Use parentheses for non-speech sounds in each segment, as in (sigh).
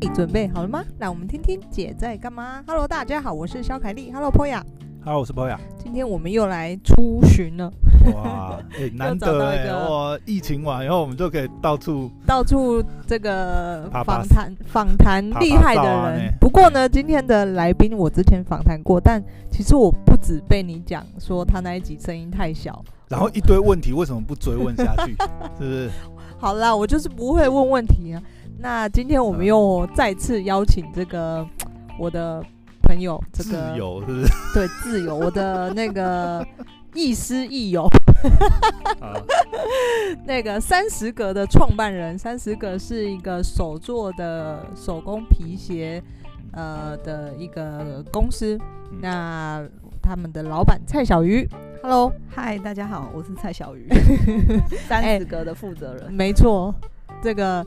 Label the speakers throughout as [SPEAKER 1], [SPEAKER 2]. [SPEAKER 1] 你准备好了吗？让我们听听姐在干嘛。Hello，大家好，我是肖凯丽。Hello，波雅。
[SPEAKER 2] 啊 Hello，我
[SPEAKER 1] (laughs)
[SPEAKER 2] 是 Boya。
[SPEAKER 1] 今天我们又来出巡了，
[SPEAKER 2] 哇，哎、难
[SPEAKER 1] 找
[SPEAKER 2] 得
[SPEAKER 1] 到一
[SPEAKER 2] 哎、
[SPEAKER 1] 个
[SPEAKER 2] 哇，疫情完以后我们就可以到处
[SPEAKER 1] 到处这个
[SPEAKER 2] 爬爬
[SPEAKER 1] 访谈访谈
[SPEAKER 2] 爬爬
[SPEAKER 1] 厉害的
[SPEAKER 2] 照啊
[SPEAKER 1] 人
[SPEAKER 2] 呢。
[SPEAKER 1] 不过呢，今天的来宾我之前访谈过，但其实我不止被你讲说他那一集声音太小。
[SPEAKER 2] 然后一堆问题为什么不追问下
[SPEAKER 1] (laughs)
[SPEAKER 2] 去？是不是？
[SPEAKER 1] 好啦，我就是不会问问题啊。那今天我们
[SPEAKER 2] 嗯
[SPEAKER 1] 又再次邀请这个我的朋友，这
[SPEAKER 2] 自
[SPEAKER 1] 个
[SPEAKER 2] 由是不是？
[SPEAKER 1] 对自由，我的那个 (laughs) 亦师亦友，
[SPEAKER 2] 啊，
[SPEAKER 1] 那个三十格的创办人，三十格是一个手做的手工皮鞋，呃的一个公司。
[SPEAKER 2] 嗯
[SPEAKER 1] 那他们的老板蔡小鱼，Hello，
[SPEAKER 3] 嗨，大家好，我是蔡小鱼，
[SPEAKER 1] 哎
[SPEAKER 3] 三十格的负责人。
[SPEAKER 1] 没错，这个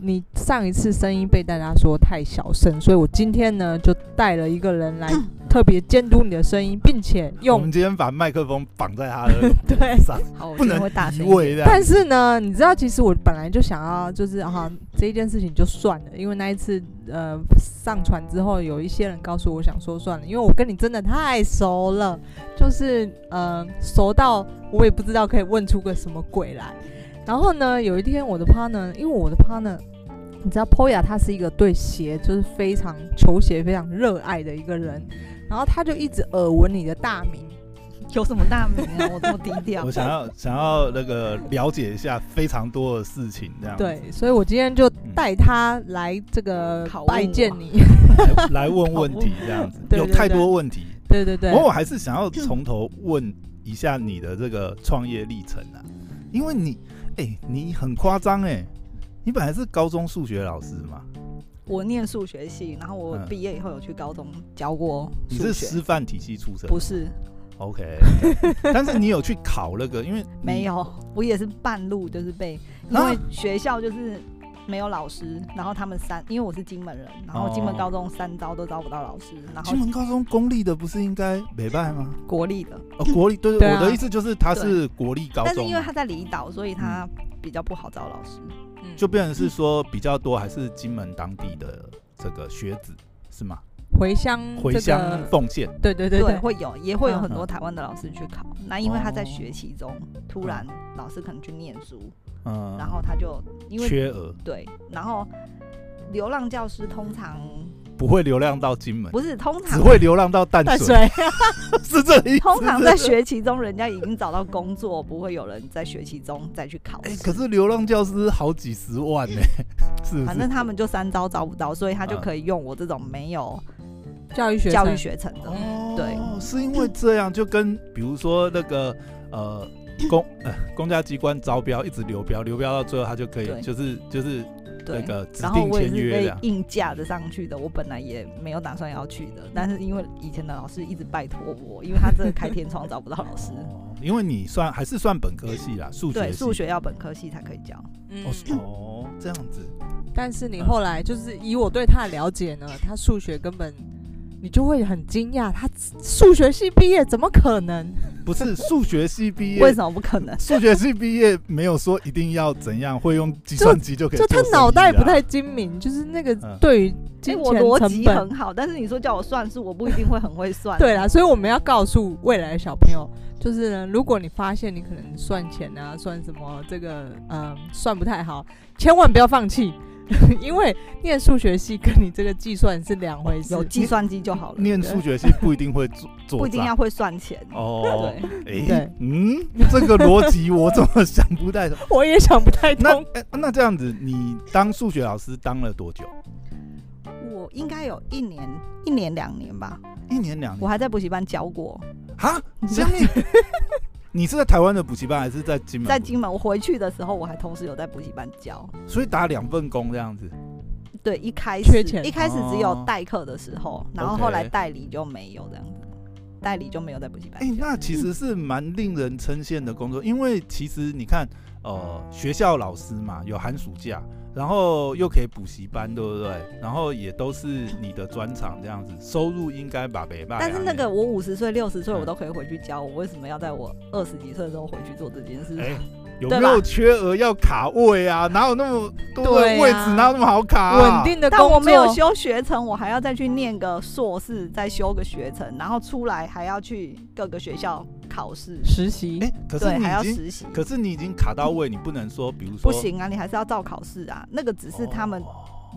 [SPEAKER 1] 你上一次声音被大家说太小声，所以我今天呢就带了一个人来特别监督你的声音，并且
[SPEAKER 2] (laughs) 我
[SPEAKER 1] 用
[SPEAKER 2] 们今天把麦克风绑在他的
[SPEAKER 1] 对
[SPEAKER 2] 上，
[SPEAKER 3] 好，我
[SPEAKER 2] 不
[SPEAKER 3] 今天
[SPEAKER 2] 能
[SPEAKER 3] 会大
[SPEAKER 2] 移
[SPEAKER 3] 声一点。
[SPEAKER 2] 位的。
[SPEAKER 1] 但是呢，你知道，其实我本来就想要，就是啊，
[SPEAKER 3] 嗯
[SPEAKER 1] 这一件事情就算了，因为那一次呃上传之后，有一些人告诉我想说算了，因为我跟你真的太熟了，就是呃熟到我也不知道可以问出个什么鬼来。然后呢，有一天我的 partner，因为我的 partner。你知道 Poya 他是一个对鞋就是非常球鞋非常热爱的一个人，然后他就一直耳闻你的大名，
[SPEAKER 3] 有什么大名啊？我这么低调
[SPEAKER 2] (laughs) 我。想要想要那个了解一下非常多的事情，这样子
[SPEAKER 1] 对，所以我今天就带他来这个
[SPEAKER 3] 嗯拷问
[SPEAKER 1] 拜
[SPEAKER 3] 我
[SPEAKER 1] 见你。
[SPEAKER 2] 来来问问题，这样子
[SPEAKER 1] (laughs) 对对
[SPEAKER 2] 有太多问题。
[SPEAKER 1] 对对对
[SPEAKER 2] 不，过我还是想要从头问一下你的这个创业历程啊，因为你，哎、你很夸张哎，你本来是高中数学老师嘛，
[SPEAKER 3] 我念数学系，然后我
[SPEAKER 2] 嗯
[SPEAKER 3] 毕业以后有去高中教过
[SPEAKER 2] 你
[SPEAKER 3] 数
[SPEAKER 2] 是
[SPEAKER 3] 学，
[SPEAKER 2] 师范体系出身
[SPEAKER 3] 不是
[SPEAKER 2] ，OK，但是你有去考那个，因为你
[SPEAKER 3] 没，有，我也是半路就是被，因
[SPEAKER 2] 嗯啊
[SPEAKER 3] 为学校就是没有老师，然后他们三，因为我是金门人，然后金门
[SPEAKER 2] 哦
[SPEAKER 3] 高中三招都招不到老师，然后
[SPEAKER 2] 金门高中公立的不是应该北拜吗？
[SPEAKER 3] 国立的，
[SPEAKER 2] 哦，国立，对对，
[SPEAKER 1] 对啊
[SPEAKER 2] 我的意思就是它是国立高
[SPEAKER 3] 但是
[SPEAKER 2] 中啊嗯
[SPEAKER 3] 因
[SPEAKER 2] 嘛
[SPEAKER 3] 为，他在离岛，所以他比较不好招老师。
[SPEAKER 1] 嗯
[SPEAKER 2] 就变成是说比较多还是金门当地的这个学子是吗？
[SPEAKER 1] 回
[SPEAKER 3] 嗯
[SPEAKER 1] 乡
[SPEAKER 2] 回
[SPEAKER 1] 这
[SPEAKER 2] 乡
[SPEAKER 1] 个
[SPEAKER 2] 奉献，
[SPEAKER 1] 对对对
[SPEAKER 3] 对，
[SPEAKER 1] 对，
[SPEAKER 3] 会有也会有
[SPEAKER 1] 嗯
[SPEAKER 3] 很多台湾的老师去考。那因为他在
[SPEAKER 2] 哦
[SPEAKER 3] 学期中突然老师可能去念书，
[SPEAKER 2] 嗯，
[SPEAKER 3] 然后他就因为
[SPEAKER 2] 缺额
[SPEAKER 3] 对，然后流浪教师通常
[SPEAKER 2] 不会流浪到金门，
[SPEAKER 3] 不是通
[SPEAKER 2] (laughs)
[SPEAKER 3] 常
[SPEAKER 2] 只会流浪到淡
[SPEAKER 1] 淡
[SPEAKER 3] (laughs)
[SPEAKER 2] 水，
[SPEAKER 1] 水
[SPEAKER 2] (laughs) 是这里。
[SPEAKER 3] 通常在学期中人家已经找到工作，不会有人在学期中再去考
[SPEAKER 2] 哎，
[SPEAKER 3] 试。
[SPEAKER 2] 可是流浪教师好几十万
[SPEAKER 3] (laughs)
[SPEAKER 2] 呢，是不
[SPEAKER 3] 反
[SPEAKER 2] 是
[SPEAKER 3] 正？他们就三招招不到，所以他就
[SPEAKER 2] 嗯
[SPEAKER 3] 可以用我这种没有
[SPEAKER 1] 教育学
[SPEAKER 3] 教育
[SPEAKER 1] 生
[SPEAKER 3] 学程的。
[SPEAKER 2] 哦，
[SPEAKER 3] 对，
[SPEAKER 2] 是因为这样，就跟比如说那个呃公呃公家机关招标一直流标，流标到最后他就可以
[SPEAKER 3] 对
[SPEAKER 2] 就是就是那
[SPEAKER 3] 对，
[SPEAKER 2] 个指
[SPEAKER 3] 然后
[SPEAKER 2] 定
[SPEAKER 3] 我也
[SPEAKER 2] 签
[SPEAKER 3] 是
[SPEAKER 2] 约的
[SPEAKER 3] 被。硬架着上去的，我本来也没有打算要去的，但是因为以前的老师一直拜托我，因为他真的开天窗找不到老
[SPEAKER 2] (laughs)
[SPEAKER 3] 师，
[SPEAKER 2] 哦因为你算还是算本科系啦，数学
[SPEAKER 3] 对，
[SPEAKER 2] 系
[SPEAKER 3] 数学要本科系才可以教。
[SPEAKER 1] 嗯
[SPEAKER 2] 哦是哦这样子，
[SPEAKER 1] 但是你后来就是以我对他的了解呢，他数学根本你就会很惊讶，他数学系毕业怎么可能？
[SPEAKER 2] 不是数学系毕
[SPEAKER 3] (laughs) 为
[SPEAKER 2] 业，
[SPEAKER 3] 什么不可能？
[SPEAKER 2] 数学系毕业没有说一定要怎样，会用计算机就可以
[SPEAKER 1] 就
[SPEAKER 2] 做生意啊
[SPEAKER 1] 他
[SPEAKER 2] 啦。
[SPEAKER 1] 脑袋不太精明，就是那个
[SPEAKER 2] 嗯
[SPEAKER 1] 对于
[SPEAKER 3] 其
[SPEAKER 1] 金
[SPEAKER 3] 实哎我
[SPEAKER 1] 钱
[SPEAKER 3] 逻
[SPEAKER 1] 成
[SPEAKER 3] 辑
[SPEAKER 1] 本
[SPEAKER 3] 很好，但是你说叫我算数，我不一定会很会算。
[SPEAKER 1] 对啦，所以我们要告诉未来的小朋友，就是呢，如果你发现你可能算钱啊，算什么这个，嗯，算不太好，千万不要放弃， (laughs) 因为念数学系跟你这个计算是两回事。
[SPEAKER 3] 有计算机就好了，
[SPEAKER 2] 念
[SPEAKER 3] 对
[SPEAKER 2] 数学系不一定会
[SPEAKER 3] (laughs)
[SPEAKER 2] 做做，
[SPEAKER 3] 不一定要会算钱。
[SPEAKER 2] 哦。
[SPEAKER 3] 对，
[SPEAKER 2] 诶
[SPEAKER 1] 对
[SPEAKER 2] 嗯，这个逻辑我怎么想不太懂？
[SPEAKER 1] 我也想不太
[SPEAKER 3] (laughs)
[SPEAKER 2] 那
[SPEAKER 1] 通。
[SPEAKER 2] 诶那这样子，你当数学老师当了多久？
[SPEAKER 3] 我应该有一年、一年两年吧，
[SPEAKER 2] 一年两
[SPEAKER 3] 我
[SPEAKER 2] 年？
[SPEAKER 3] 还在补习班教过，
[SPEAKER 2] 哈，下面 (laughs) 你是在台湾的补习班还是在金门？
[SPEAKER 3] 在金门。我回去的时候，我还同时有在补习班教。
[SPEAKER 2] 所以打两份工这样子。
[SPEAKER 3] 对，一开
[SPEAKER 1] 缺
[SPEAKER 3] 始
[SPEAKER 1] 钱
[SPEAKER 3] 一开始只
[SPEAKER 2] 哦
[SPEAKER 3] 有代课的时候，然后
[SPEAKER 2] OK
[SPEAKER 3] 后来代理就没有这样子，代理就没有在补习班
[SPEAKER 2] 哎、
[SPEAKER 3] 教。
[SPEAKER 2] 那其实是蛮令人称羡的工作，因为其实你看，呃，学校老师嘛，有寒暑假，然后又可以补习班，对不对？然后也都是你的专长这样子，收入应该把北吧。
[SPEAKER 3] 但是那个我五十岁、六十岁
[SPEAKER 2] 哎嗯
[SPEAKER 3] 我都可以回去教，我为什么要在我二十几岁的时候回去做这件事
[SPEAKER 2] 哎、？有
[SPEAKER 3] 对
[SPEAKER 2] 没
[SPEAKER 3] 吧
[SPEAKER 2] 有缺额要卡位啊？哪有那么多的
[SPEAKER 1] 对啊
[SPEAKER 2] 位置？哪有那么好卡啊、
[SPEAKER 1] 稳定的工
[SPEAKER 3] 但
[SPEAKER 1] 作，
[SPEAKER 3] 我没有修学程，我还要再去念个硕士，再修个学程，然后出来还要去各个学校考试，
[SPEAKER 1] 实习
[SPEAKER 2] 哎、，可是
[SPEAKER 3] 对，
[SPEAKER 2] 你
[SPEAKER 3] 还要
[SPEAKER 2] 已经，
[SPEAKER 3] 实习。
[SPEAKER 2] 可是你已经卡到位，你不能说，比如说
[SPEAKER 3] 不行啊，你还是要照考试啊，那个只是他们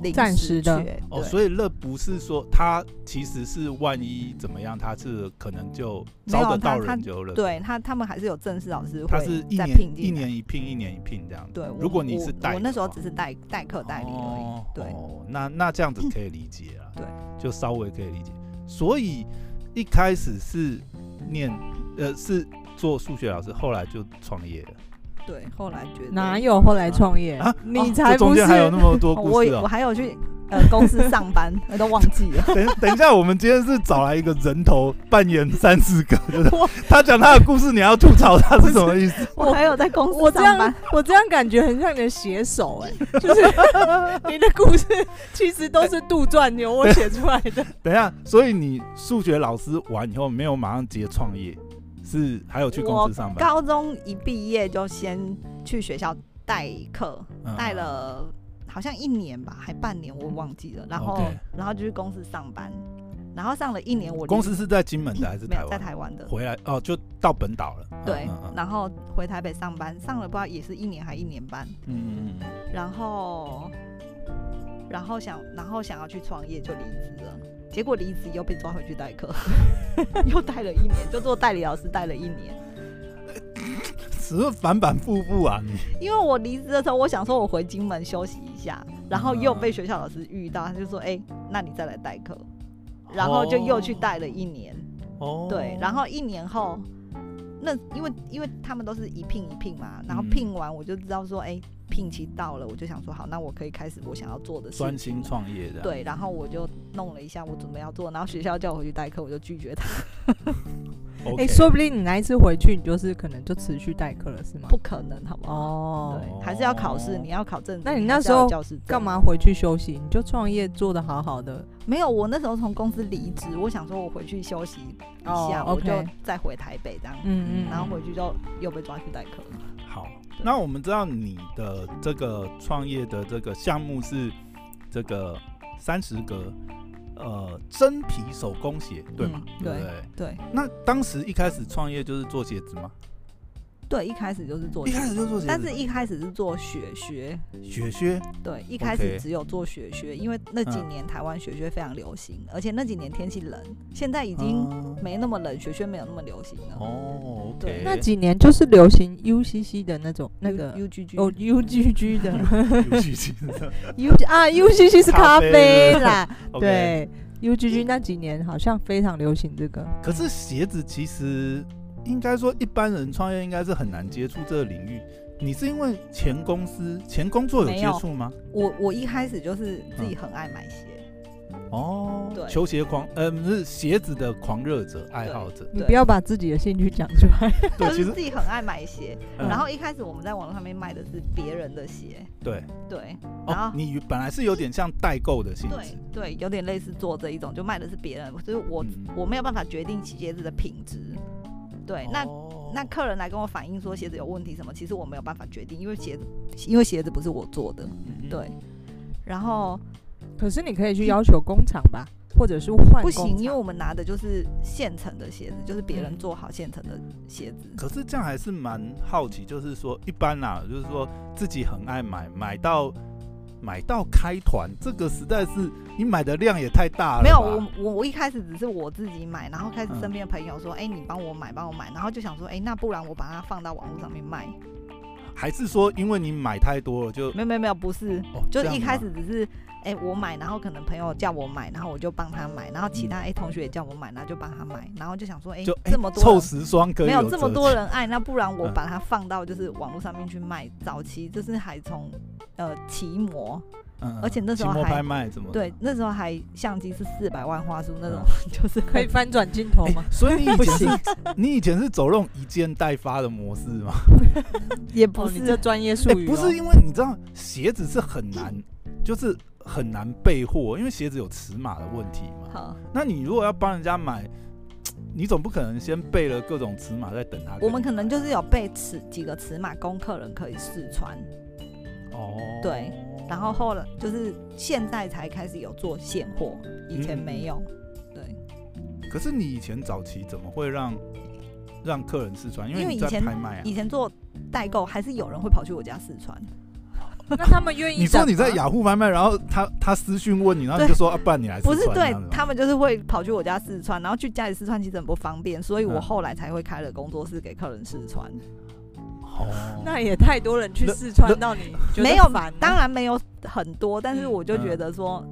[SPEAKER 3] 临
[SPEAKER 1] 暂时的
[SPEAKER 3] 缺
[SPEAKER 2] 哦，
[SPEAKER 3] 对
[SPEAKER 2] 所以那不是说他其实是万一怎么样，他是可能就
[SPEAKER 3] 没有
[SPEAKER 2] 招得
[SPEAKER 3] 他
[SPEAKER 2] 到
[SPEAKER 3] 他
[SPEAKER 2] 人就了。，
[SPEAKER 3] 对他他们还是有正式老师
[SPEAKER 2] 他
[SPEAKER 3] 会
[SPEAKER 2] 是一
[SPEAKER 3] 再
[SPEAKER 2] 年
[SPEAKER 3] 聘进来
[SPEAKER 2] 一年一聘，一年一聘这样。
[SPEAKER 3] 对，我
[SPEAKER 2] 如果你是代
[SPEAKER 3] 我，我那时候
[SPEAKER 2] 的话
[SPEAKER 3] 只是代代课代理而已。
[SPEAKER 2] 哦
[SPEAKER 3] 对
[SPEAKER 2] 哦，那那这样子可以理解啊，
[SPEAKER 3] 对，
[SPEAKER 2] 就稍微可以理解。所以一开始是念呃是做数学老师，后来就创业了
[SPEAKER 3] 对，后来哦觉得
[SPEAKER 1] 哪有后来创业
[SPEAKER 2] 啊？
[SPEAKER 1] 你
[SPEAKER 2] 这
[SPEAKER 1] 才
[SPEAKER 2] 中
[SPEAKER 1] 不是
[SPEAKER 2] 间还有那么多
[SPEAKER 3] 哦
[SPEAKER 2] 故事
[SPEAKER 3] (laughs) 我我
[SPEAKER 2] 哦。
[SPEAKER 3] 还有去呃公司上班，我都忘记了。
[SPEAKER 2] 等等一下，我们今天是找来一个人头扮演三四个，就是
[SPEAKER 3] 我
[SPEAKER 2] 他讲他的故事，你要吐槽他是什么意思？
[SPEAKER 3] (laughs) 我还有在公
[SPEAKER 1] 我
[SPEAKER 3] 司
[SPEAKER 1] 这
[SPEAKER 3] 上班
[SPEAKER 1] 样，我这样感觉很像你的写手哎、就是你的故事其实都是杜撰由我写出来
[SPEAKER 2] (laughs)
[SPEAKER 1] 的。
[SPEAKER 2] 等一下，所以你数学老师完以后没有马上接创业，是还有去公
[SPEAKER 3] 我
[SPEAKER 2] 司上班，
[SPEAKER 3] (laughs) 高中一毕业就先去学校代课，
[SPEAKER 2] 嗯
[SPEAKER 3] 带了好像一年吧，还半年我忘记了。然后
[SPEAKER 2] OK
[SPEAKER 3] 然后就去公司上班，然后上了一年我离
[SPEAKER 2] 公司是在金门的还是
[SPEAKER 3] 没
[SPEAKER 2] 台
[SPEAKER 3] 有在
[SPEAKER 2] 湾？
[SPEAKER 3] 台湾的。
[SPEAKER 2] 回来哦，就到本岛了。
[SPEAKER 3] 对
[SPEAKER 2] 嗯，嗯
[SPEAKER 3] 然后回台北上班，上了不知道也是一年还一年半，
[SPEAKER 2] 嗯嗯嗯
[SPEAKER 3] 然后，然后想，然后想要去创业就离职了，结果离职又被抓回去代课， (laughs) 又待了一年，就做代理老师待了一年。
[SPEAKER 2] 嗯，只是反反复复啊，你
[SPEAKER 3] 因为我离职的时候，我想说我回金门休息一下，然后又被学校老师遇到，他就说：“哎、那你再来代课。”然后就又去带了一年，
[SPEAKER 2] 哦
[SPEAKER 3] 对，然后一年后。那因为因为他们都是一聘一聘嘛，然后
[SPEAKER 2] 嗯
[SPEAKER 3] 聘完我就知道说，哎、聘期到了，我就想说好，那我可以开始我想要做的事
[SPEAKER 2] 专
[SPEAKER 3] 情。
[SPEAKER 2] 心创业的。，
[SPEAKER 3] 对，然后我就弄了一下我准备要做，然后学校叫我回去代课，我就拒绝他，
[SPEAKER 1] 哎、
[SPEAKER 2] OK，
[SPEAKER 1] 说不定你那一次回去，你就是可能就持续代课了，是吗
[SPEAKER 3] 不？可能，好不好？
[SPEAKER 1] 哦，
[SPEAKER 3] 对，还是要考试，
[SPEAKER 2] 哦
[SPEAKER 3] 你要考证。
[SPEAKER 1] 那你
[SPEAKER 3] 你
[SPEAKER 1] 那
[SPEAKER 3] 还是
[SPEAKER 1] 时
[SPEAKER 3] 要有
[SPEAKER 1] 候
[SPEAKER 3] 教师证
[SPEAKER 1] 干？嘛回去休息？你就创业做得好好的
[SPEAKER 3] 没有，我那时候从公司离职，我想说我回去休息一
[SPEAKER 2] 哦
[SPEAKER 3] 下，我就
[SPEAKER 1] 哦 OK，
[SPEAKER 3] 再回台北这样。
[SPEAKER 1] 嗯嗯，
[SPEAKER 3] 然后回去就又被抓去代课了。
[SPEAKER 2] 好。那我们知道你的这个创业的这个项目是这个三十个呃真皮手工鞋，对吗？
[SPEAKER 3] 嗯
[SPEAKER 2] 对不
[SPEAKER 3] 对
[SPEAKER 2] 对？
[SPEAKER 3] 对
[SPEAKER 2] 那当时一开始创业就是做鞋子吗？
[SPEAKER 3] 对，一开始就是做
[SPEAKER 2] 一
[SPEAKER 3] 学，
[SPEAKER 2] 开始就做鞋子，
[SPEAKER 3] 但是一开始是做雪学，
[SPEAKER 2] 雪靴
[SPEAKER 3] 对，一开始
[SPEAKER 2] OK
[SPEAKER 3] 只有做雪靴，因为那几
[SPEAKER 2] 嗯
[SPEAKER 3] 年台湾雪靴非常流行，而且那几年天气冷，现在已经
[SPEAKER 2] 嗯
[SPEAKER 3] 没那么冷，雪靴没有那么流行了。
[SPEAKER 2] 哦，OK，
[SPEAKER 3] 对
[SPEAKER 1] 那几年就是流行 UCC 的那种那个
[SPEAKER 3] U G G
[SPEAKER 1] 哦 UGG (laughs) 的
[SPEAKER 2] 有趣性
[SPEAKER 1] U 啊 UCC 是咖
[SPEAKER 2] 咖啡
[SPEAKER 1] 啡啦，
[SPEAKER 2] OK
[SPEAKER 1] (laughs) 对 UGG 那几年好像非常流行这个，
[SPEAKER 2] 可是鞋子其实应该说一般人创业应该是很难接触这个领域。你是因为前公司前工作有
[SPEAKER 3] 没
[SPEAKER 2] 接
[SPEAKER 3] 有
[SPEAKER 2] 触吗？
[SPEAKER 3] 我我一开始就是自
[SPEAKER 2] 嗯
[SPEAKER 3] 己很爱买鞋，
[SPEAKER 2] 哦，
[SPEAKER 3] 对
[SPEAKER 2] 球鞋狂，呃，不是鞋子的狂热者、爱好者。
[SPEAKER 1] 你
[SPEAKER 3] 对
[SPEAKER 1] 不要把自己的兴趣讲出来，
[SPEAKER 2] 对，
[SPEAKER 3] 就
[SPEAKER 2] 其
[SPEAKER 3] 是
[SPEAKER 2] 实
[SPEAKER 3] 自己很爱买鞋。
[SPEAKER 2] 嗯
[SPEAKER 3] 然后一开始我们在网络上面卖的是别人的鞋，
[SPEAKER 2] 对，
[SPEAKER 3] 对，然
[SPEAKER 2] 哦，
[SPEAKER 3] 后
[SPEAKER 2] 你本来是有点像代购的性质
[SPEAKER 3] 对，对，有点类似做这一种，就卖的是别人，就是我、
[SPEAKER 2] 嗯
[SPEAKER 3] 我没有办法决定鞋子的品质。对，那
[SPEAKER 2] 哦
[SPEAKER 3] 那客人来跟我反映说鞋子有问题什么，其实我没有办法决定，因为鞋子因为鞋子不是我做的，
[SPEAKER 2] 嗯
[SPEAKER 3] 对。然后
[SPEAKER 1] (laughs) 可是你可以去要求工厂吧， (laughs) 或者是换
[SPEAKER 3] 不
[SPEAKER 1] 工
[SPEAKER 3] 行，
[SPEAKER 1] 厂嗯
[SPEAKER 3] 因为我们拿的就是现成的鞋子，就是别人做好现成的鞋子。
[SPEAKER 2] 可是这样还是蛮好奇，就是说一般啦、就是说自己很爱买，买到买到开团，这个实在是你买的量也太大了吧。
[SPEAKER 3] 没有，我我我一开始只是我自己买，然后开始
[SPEAKER 2] 嗯
[SPEAKER 3] 身边的朋友说，哎、你帮我买，帮我买，然后就想说，哎、那不然我把它放到网络上面卖。
[SPEAKER 2] 还是说因为你买太多了就
[SPEAKER 3] 没有没有没有，不是，
[SPEAKER 2] 哦这
[SPEAKER 3] 就是
[SPEAKER 2] 样
[SPEAKER 3] 一开
[SPEAKER 2] 吗
[SPEAKER 3] 始只是，哎、我买，然后可能朋友叫我买，然后我就帮他买，然后其他哎、同学也叫我买，然后就帮他买，然后就想说，哎、
[SPEAKER 2] 嗯就、哎
[SPEAKER 3] 这么多
[SPEAKER 2] 凑
[SPEAKER 3] 人
[SPEAKER 2] 十双可以
[SPEAKER 3] 没
[SPEAKER 2] 有
[SPEAKER 3] 有这么
[SPEAKER 2] 折
[SPEAKER 3] 多
[SPEAKER 2] 价
[SPEAKER 3] 人爱，那不然我
[SPEAKER 2] 嗯
[SPEAKER 3] 把它放到就是网络上面去卖。早期就是还从呃奇摩，
[SPEAKER 2] 嗯
[SPEAKER 3] 而且那时候
[SPEAKER 2] 期末
[SPEAKER 3] 还
[SPEAKER 2] 拍卖怎么
[SPEAKER 3] 对，那时候还相机是四百万画素那种，
[SPEAKER 2] 嗯
[SPEAKER 3] (laughs) 就是
[SPEAKER 1] 可以翻转镜头
[SPEAKER 2] 哎
[SPEAKER 3] 哦
[SPEAKER 1] 吗？
[SPEAKER 2] 所以你以
[SPEAKER 1] 不
[SPEAKER 2] 前
[SPEAKER 1] 行
[SPEAKER 2] 是你以前是走那种一件代发的模式吗？
[SPEAKER 3] 也
[SPEAKER 1] 哦
[SPEAKER 3] 不，
[SPEAKER 1] 你
[SPEAKER 3] 是、
[SPEAKER 1] 这专业术
[SPEAKER 2] 哎、
[SPEAKER 1] 语、哦
[SPEAKER 2] 不是，因为你知道鞋子是很难，就是很难备货，因为鞋子有尺码的问题嘛。
[SPEAKER 3] 好。
[SPEAKER 2] 那你如果要帮人家买，你总不可能先背了各种尺码在等他。
[SPEAKER 3] 我们可能就是有被尺几个尺码供客人可以试穿，
[SPEAKER 2] 哦，
[SPEAKER 3] 对，然后后来就是现在才开始有做现货，以前
[SPEAKER 2] 嗯
[SPEAKER 3] 没有。对，
[SPEAKER 2] 可是你以前早期怎么会让让客人试穿？因
[SPEAKER 3] 因为
[SPEAKER 2] 你
[SPEAKER 3] 以
[SPEAKER 2] 在
[SPEAKER 3] 前
[SPEAKER 2] 拍卖啊。
[SPEAKER 3] 以前做代购还是有人会跑去我家试穿，
[SPEAKER 1] 那他们愿意？
[SPEAKER 2] 你说你
[SPEAKER 3] 啊
[SPEAKER 2] 在？雅虎拍卖，然后他他私讯问你，然后你就说啊，不然你来试
[SPEAKER 3] 不
[SPEAKER 2] 穿
[SPEAKER 3] 是
[SPEAKER 2] 这
[SPEAKER 3] 对
[SPEAKER 2] 样子吗
[SPEAKER 3] 他们就是会跑去我家试穿，然后去家里试穿其实很不方便，所以我
[SPEAKER 2] 嗯
[SPEAKER 3] 后来才会开了工作室给客人试穿。
[SPEAKER 2] 哦，
[SPEAKER 1] 那也太多人去
[SPEAKER 2] 那
[SPEAKER 1] 试穿
[SPEAKER 2] 那
[SPEAKER 1] 到你
[SPEAKER 3] 没有
[SPEAKER 1] 反，
[SPEAKER 3] 当然没有很多，但是我就
[SPEAKER 2] 嗯
[SPEAKER 3] 觉得说，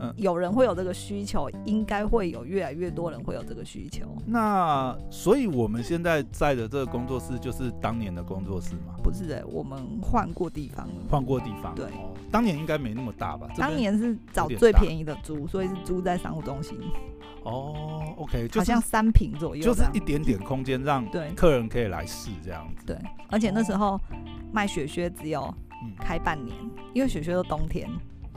[SPEAKER 2] 嗯
[SPEAKER 3] 有人会有这个需求，应该会有越来越多人会有这个需求，
[SPEAKER 2] 那所以我们现在在的这个工作室就是当年的工作室嘛，
[SPEAKER 3] 不是的，我们换过地方了。
[SPEAKER 2] 换过地方。
[SPEAKER 3] 对
[SPEAKER 2] 哦，当年应该没那么大吧？这边
[SPEAKER 3] 当年是找
[SPEAKER 2] 有点
[SPEAKER 3] 最
[SPEAKER 2] 大
[SPEAKER 3] 便宜的租，所以是租在商务中心，
[SPEAKER 2] 哦，OK，就
[SPEAKER 3] 好
[SPEAKER 2] 是
[SPEAKER 3] 像三平左右这
[SPEAKER 2] 就
[SPEAKER 3] 样，
[SPEAKER 2] 是一点点空间让
[SPEAKER 3] 对
[SPEAKER 2] 客人可以来试这样子。
[SPEAKER 3] 对，而且那时候卖雪靴只有
[SPEAKER 2] 嗯
[SPEAKER 3] 开半年，因为雪靴都冬天，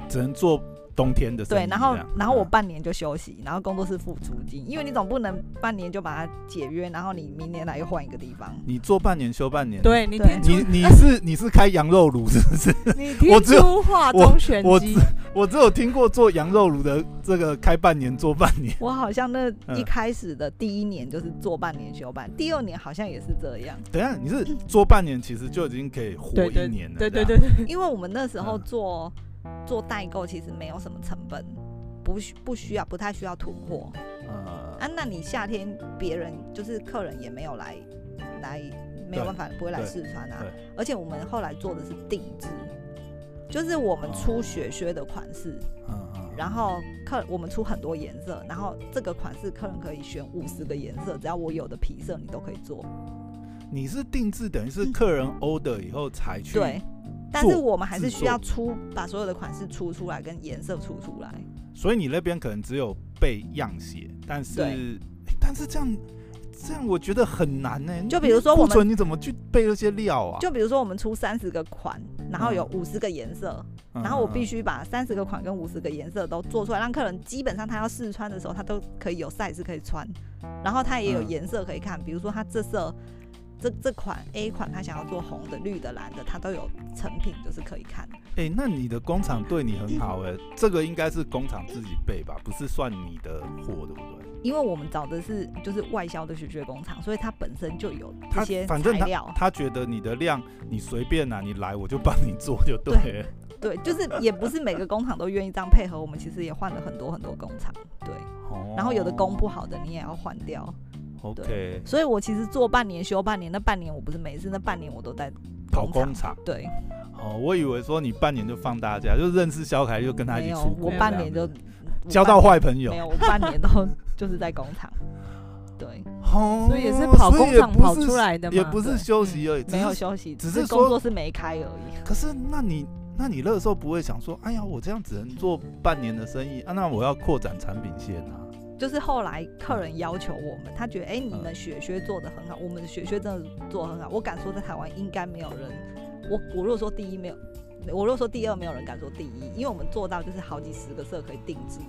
[SPEAKER 2] 只能做冬天的生意
[SPEAKER 3] 对，然后
[SPEAKER 2] 这样
[SPEAKER 3] 然后我
[SPEAKER 2] 嗯
[SPEAKER 3] 半年就休息，然后工作室付租金，因为你总不能半年就把它解约，然后你明年来又换一个地方，
[SPEAKER 2] 你做半年休半年，，
[SPEAKER 1] 对你
[SPEAKER 3] 对
[SPEAKER 1] 听 (laughs) 出
[SPEAKER 2] 你你是你是开羊肉炉是 (laughs) 不是？
[SPEAKER 1] 你
[SPEAKER 2] 我
[SPEAKER 1] 听
[SPEAKER 2] 只有
[SPEAKER 1] 出话
[SPEAKER 2] 我
[SPEAKER 1] 中玄
[SPEAKER 2] 我
[SPEAKER 1] 机，
[SPEAKER 2] 我只有听过做羊肉炉的这个开半年做半年， (laughs)
[SPEAKER 3] 我好像那
[SPEAKER 2] 嗯
[SPEAKER 3] 一开始的第一年就是做半年休班，第二年好像也是这样，
[SPEAKER 2] 等一下你是做半年其实就已经可以活
[SPEAKER 1] 对
[SPEAKER 2] 一
[SPEAKER 1] 对
[SPEAKER 2] 年了，啊
[SPEAKER 1] 对对
[SPEAKER 2] 这
[SPEAKER 1] 对
[SPEAKER 2] 样，
[SPEAKER 1] 对，
[SPEAKER 3] 因为我们那时候
[SPEAKER 2] 嗯
[SPEAKER 3] 做、做代购其实没有什么成本，不需不需要不太需要囤货
[SPEAKER 2] 呃
[SPEAKER 3] 啊。那你夏天别人就是客人也没有来来，没有
[SPEAKER 2] 对
[SPEAKER 3] 办法不会来
[SPEAKER 2] 对
[SPEAKER 3] 试穿啊
[SPEAKER 2] 对。
[SPEAKER 3] 而且我们后来做的是定制，就是我
[SPEAKER 2] 哦
[SPEAKER 3] 们出雪靴的款式，
[SPEAKER 2] 嗯嗯
[SPEAKER 3] 然后客我们出很多颜色，然后这个款式客人可以选五十个颜色，只要我有的皮色你都可以做。
[SPEAKER 2] 你是定制，等于是客人 order 以后才去。
[SPEAKER 3] 嗯对，，但是
[SPEAKER 2] 做
[SPEAKER 3] 我们还是
[SPEAKER 2] 制
[SPEAKER 3] 需
[SPEAKER 2] 作
[SPEAKER 3] 要出把所有的款式出出来，跟颜色出出来。
[SPEAKER 2] 所以你那边可能只有备样鞋，但是、
[SPEAKER 3] 对
[SPEAKER 2] 诶但是这样这样我觉得很难呢、
[SPEAKER 3] 就比如说我
[SPEAKER 2] 库
[SPEAKER 3] 们
[SPEAKER 2] 存你怎么去备那些料啊？
[SPEAKER 3] 就比如说我们出三十个款，然后有
[SPEAKER 2] 嗯
[SPEAKER 3] 五十个颜色，
[SPEAKER 2] 嗯
[SPEAKER 3] 然后我必
[SPEAKER 2] 嗯
[SPEAKER 3] 须把三十个款跟五十个颜色都做出来，让客人基本上他要试穿的时候，他都可以有 size 可以穿，然后他也有
[SPEAKER 2] 嗯
[SPEAKER 3] 颜色可以看，比如说他这色。这这款 A 款，他想要做红的、绿的、蓝的，他都有成品，就是可以看。
[SPEAKER 2] 嗯诶那你的工厂对你很好哎、这个应该是工厂自己备吧，不是算你的货对不对？
[SPEAKER 3] 因为我们找的是就是外销的雪靴工厂，所以它本身就有这
[SPEAKER 2] 他
[SPEAKER 3] 些材
[SPEAKER 2] 反正
[SPEAKER 3] 料。
[SPEAKER 2] (laughs) 他觉得你的量你随便拿、你来我就帮你做就对了。
[SPEAKER 3] 对，就是也不是每个工厂都愿意这样配合我们，其实也换了很多很多工厂，对。
[SPEAKER 2] 哦
[SPEAKER 3] 然后有的工不好的你也要换掉，
[SPEAKER 2] OK
[SPEAKER 3] 所以我其实做半年休半年，那半年我不是每次那半年我都在
[SPEAKER 2] 跑工
[SPEAKER 3] 工
[SPEAKER 2] 厂
[SPEAKER 3] 对，
[SPEAKER 2] 哦，我以为说你半年就放大假，就认识小凯就跟他一
[SPEAKER 3] 没
[SPEAKER 2] 起
[SPEAKER 3] 有
[SPEAKER 2] 出国
[SPEAKER 3] 我
[SPEAKER 2] 这样子，
[SPEAKER 3] 半年就
[SPEAKER 2] 交到坏朋友
[SPEAKER 3] 没，有，我半年都就是在工
[SPEAKER 2] (laughs)
[SPEAKER 3] 厂，对，
[SPEAKER 2] 哦
[SPEAKER 1] 所以也是跑工厂跑出，来的
[SPEAKER 2] 所
[SPEAKER 1] 嘛，
[SPEAKER 2] 以也不是也
[SPEAKER 1] 对
[SPEAKER 2] 不是休息而已，只
[SPEAKER 3] 没有
[SPEAKER 2] 是
[SPEAKER 3] 休息，
[SPEAKER 2] 只
[SPEAKER 3] 是
[SPEAKER 2] 是
[SPEAKER 3] 工
[SPEAKER 2] 说
[SPEAKER 3] 作室没开而已。
[SPEAKER 2] 可是那你那你那个时候不会想说，哎呀，我这样只能做半年的生意啊，那我要扩展产品线啊，
[SPEAKER 3] 就是后来客人要求我们，他觉得哎、你
[SPEAKER 2] 嗯
[SPEAKER 3] 们雪靴做的很好，我们的雪靴真的做得很好。我敢说，在台湾应该没有人，我我如果说第一没有，我如果说第二没有人敢说第一，因为我们做到就是好几十个色可以定制。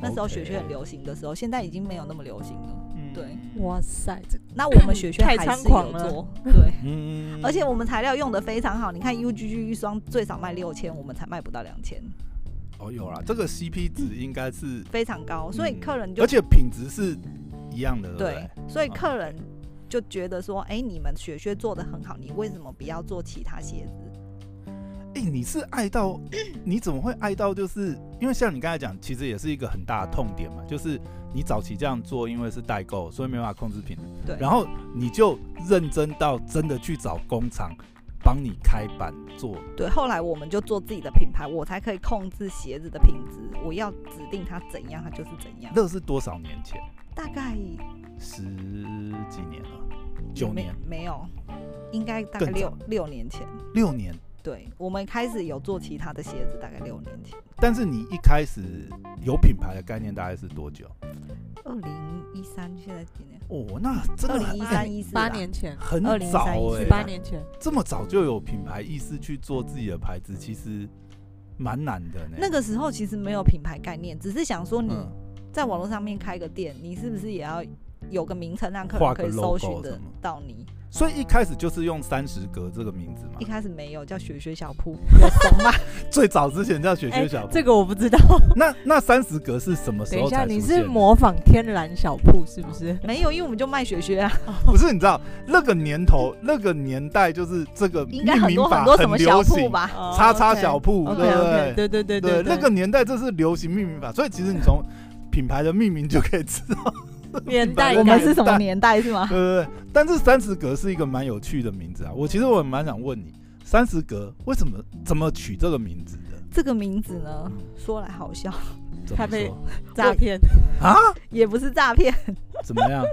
[SPEAKER 3] 那时候
[SPEAKER 2] OK
[SPEAKER 3] 雪靴很流行的时候，现在已经没有那么流行了。
[SPEAKER 2] 嗯
[SPEAKER 3] 对，
[SPEAKER 1] 哇塞，这
[SPEAKER 3] 那我们雪靴还
[SPEAKER 1] 太
[SPEAKER 3] 是
[SPEAKER 1] 猖狂
[SPEAKER 3] 有
[SPEAKER 1] 了
[SPEAKER 2] (laughs)
[SPEAKER 3] 做，对，
[SPEAKER 2] 嗯
[SPEAKER 3] 而且我们材料用的非常好。你看 UGG 一双最少卖六千，我们才卖不到两千，
[SPEAKER 2] 哦有啦，这个 CP 值应该是，
[SPEAKER 3] 非常高，所以
[SPEAKER 2] 嗯
[SPEAKER 3] 客嗯人就
[SPEAKER 2] 而且品质是一样的，对不
[SPEAKER 3] 对
[SPEAKER 2] 对？，
[SPEAKER 3] 所以
[SPEAKER 2] 嗯
[SPEAKER 3] 客人就觉得说，哎、你们雪靴做的很好，你为什么不要做其他鞋子？
[SPEAKER 2] 哎、你是爱到，你怎么会爱到？就是因为像你刚才讲，其实也是一个很大的痛点嘛，就是你早期这样做，因为是代购，所以没办法控制品质。
[SPEAKER 3] 对
[SPEAKER 2] 然后你就认真到真的去找工厂帮你开板做，
[SPEAKER 3] 对，后来我们就做自己的品牌，我才可以控制鞋子的品质，我要指定它怎样，它就是怎样。
[SPEAKER 2] 那是多少年前？
[SPEAKER 3] 大概
[SPEAKER 2] 十几年了，九
[SPEAKER 3] 没
[SPEAKER 2] 年、
[SPEAKER 3] 没有，应该大概
[SPEAKER 2] 更
[SPEAKER 3] 六六年前。
[SPEAKER 2] 六年。
[SPEAKER 3] 对，我们开始有做其他的鞋子，大概六年前，
[SPEAKER 2] 但是你一开始有品牌的概念大概是多久？
[SPEAKER 3] 二零一三，现在几年？
[SPEAKER 2] 哦，那真
[SPEAKER 3] 二
[SPEAKER 2] 的
[SPEAKER 3] 零一
[SPEAKER 2] 很
[SPEAKER 3] 三一四
[SPEAKER 1] 八年前，
[SPEAKER 2] 很
[SPEAKER 3] 2013
[SPEAKER 2] 早哎、
[SPEAKER 1] 十八年前，
[SPEAKER 2] 这么早就有品牌意识去做自己的牌子，其实蛮难的呢。
[SPEAKER 3] 那个时候其实没有品牌概念，只是想说你
[SPEAKER 2] 嗯，
[SPEAKER 3] 在网络上面开个店，你是不是也要有个名称让客
[SPEAKER 2] 画
[SPEAKER 3] 人
[SPEAKER 2] 个
[SPEAKER 3] 可以搜
[SPEAKER 2] logo
[SPEAKER 3] 寻得
[SPEAKER 2] 什么
[SPEAKER 3] 到你。
[SPEAKER 2] 所以一开始就是用三十格这个名字嘛
[SPEAKER 3] 一，开始没有叫雪雪小铺，有怂吗？
[SPEAKER 2] 最早之前叫雪雪小铺。
[SPEAKER 1] 这个我不知
[SPEAKER 2] (laughs)
[SPEAKER 1] 道。
[SPEAKER 3] 哎
[SPEAKER 2] 那那三十格是什么时
[SPEAKER 1] 等
[SPEAKER 2] 候
[SPEAKER 1] 一下，
[SPEAKER 2] 才出
[SPEAKER 1] 你
[SPEAKER 2] 现
[SPEAKER 1] 是
[SPEAKER 2] 的？
[SPEAKER 1] 模仿天然小铺是不是？
[SPEAKER 3] 没有，因为我们就卖雪
[SPEAKER 2] (laughs)
[SPEAKER 3] 雪啊，
[SPEAKER 2] 不是你知道那个年头那个年代就是这个
[SPEAKER 3] 应
[SPEAKER 2] 命
[SPEAKER 3] 该很
[SPEAKER 2] 名
[SPEAKER 3] 多
[SPEAKER 2] 法
[SPEAKER 3] 很多什么小
[SPEAKER 2] 流
[SPEAKER 3] 铺
[SPEAKER 2] 行，
[SPEAKER 3] 吧？
[SPEAKER 2] (laughs)
[SPEAKER 3] 哦
[SPEAKER 2] 叉叉小铺，
[SPEAKER 1] OK
[SPEAKER 2] 对不
[SPEAKER 1] OK，
[SPEAKER 2] 对？
[SPEAKER 1] 对哦对对对，
[SPEAKER 2] 对那个年代这是流行命名法，所以其实你从品牌的命名就可以知
[SPEAKER 3] (laughs)
[SPEAKER 2] 道，
[SPEAKER 1] 年代
[SPEAKER 3] 我
[SPEAKER 2] 应该
[SPEAKER 3] 们
[SPEAKER 1] 感
[SPEAKER 3] 是什么年代是吗？
[SPEAKER 2] 对对对。但是三十格是一个蛮有趣的名字啊，我其实我蛮想问你，三十格为什么怎么取这个名字的？嗯
[SPEAKER 3] 这个名字呢，说来好笑，
[SPEAKER 2] 怎
[SPEAKER 1] 他
[SPEAKER 2] 么
[SPEAKER 1] 被
[SPEAKER 2] 说？
[SPEAKER 1] 诈骗，
[SPEAKER 3] 也不是诈骗。
[SPEAKER 2] 怎么
[SPEAKER 3] (laughs)
[SPEAKER 2] 样？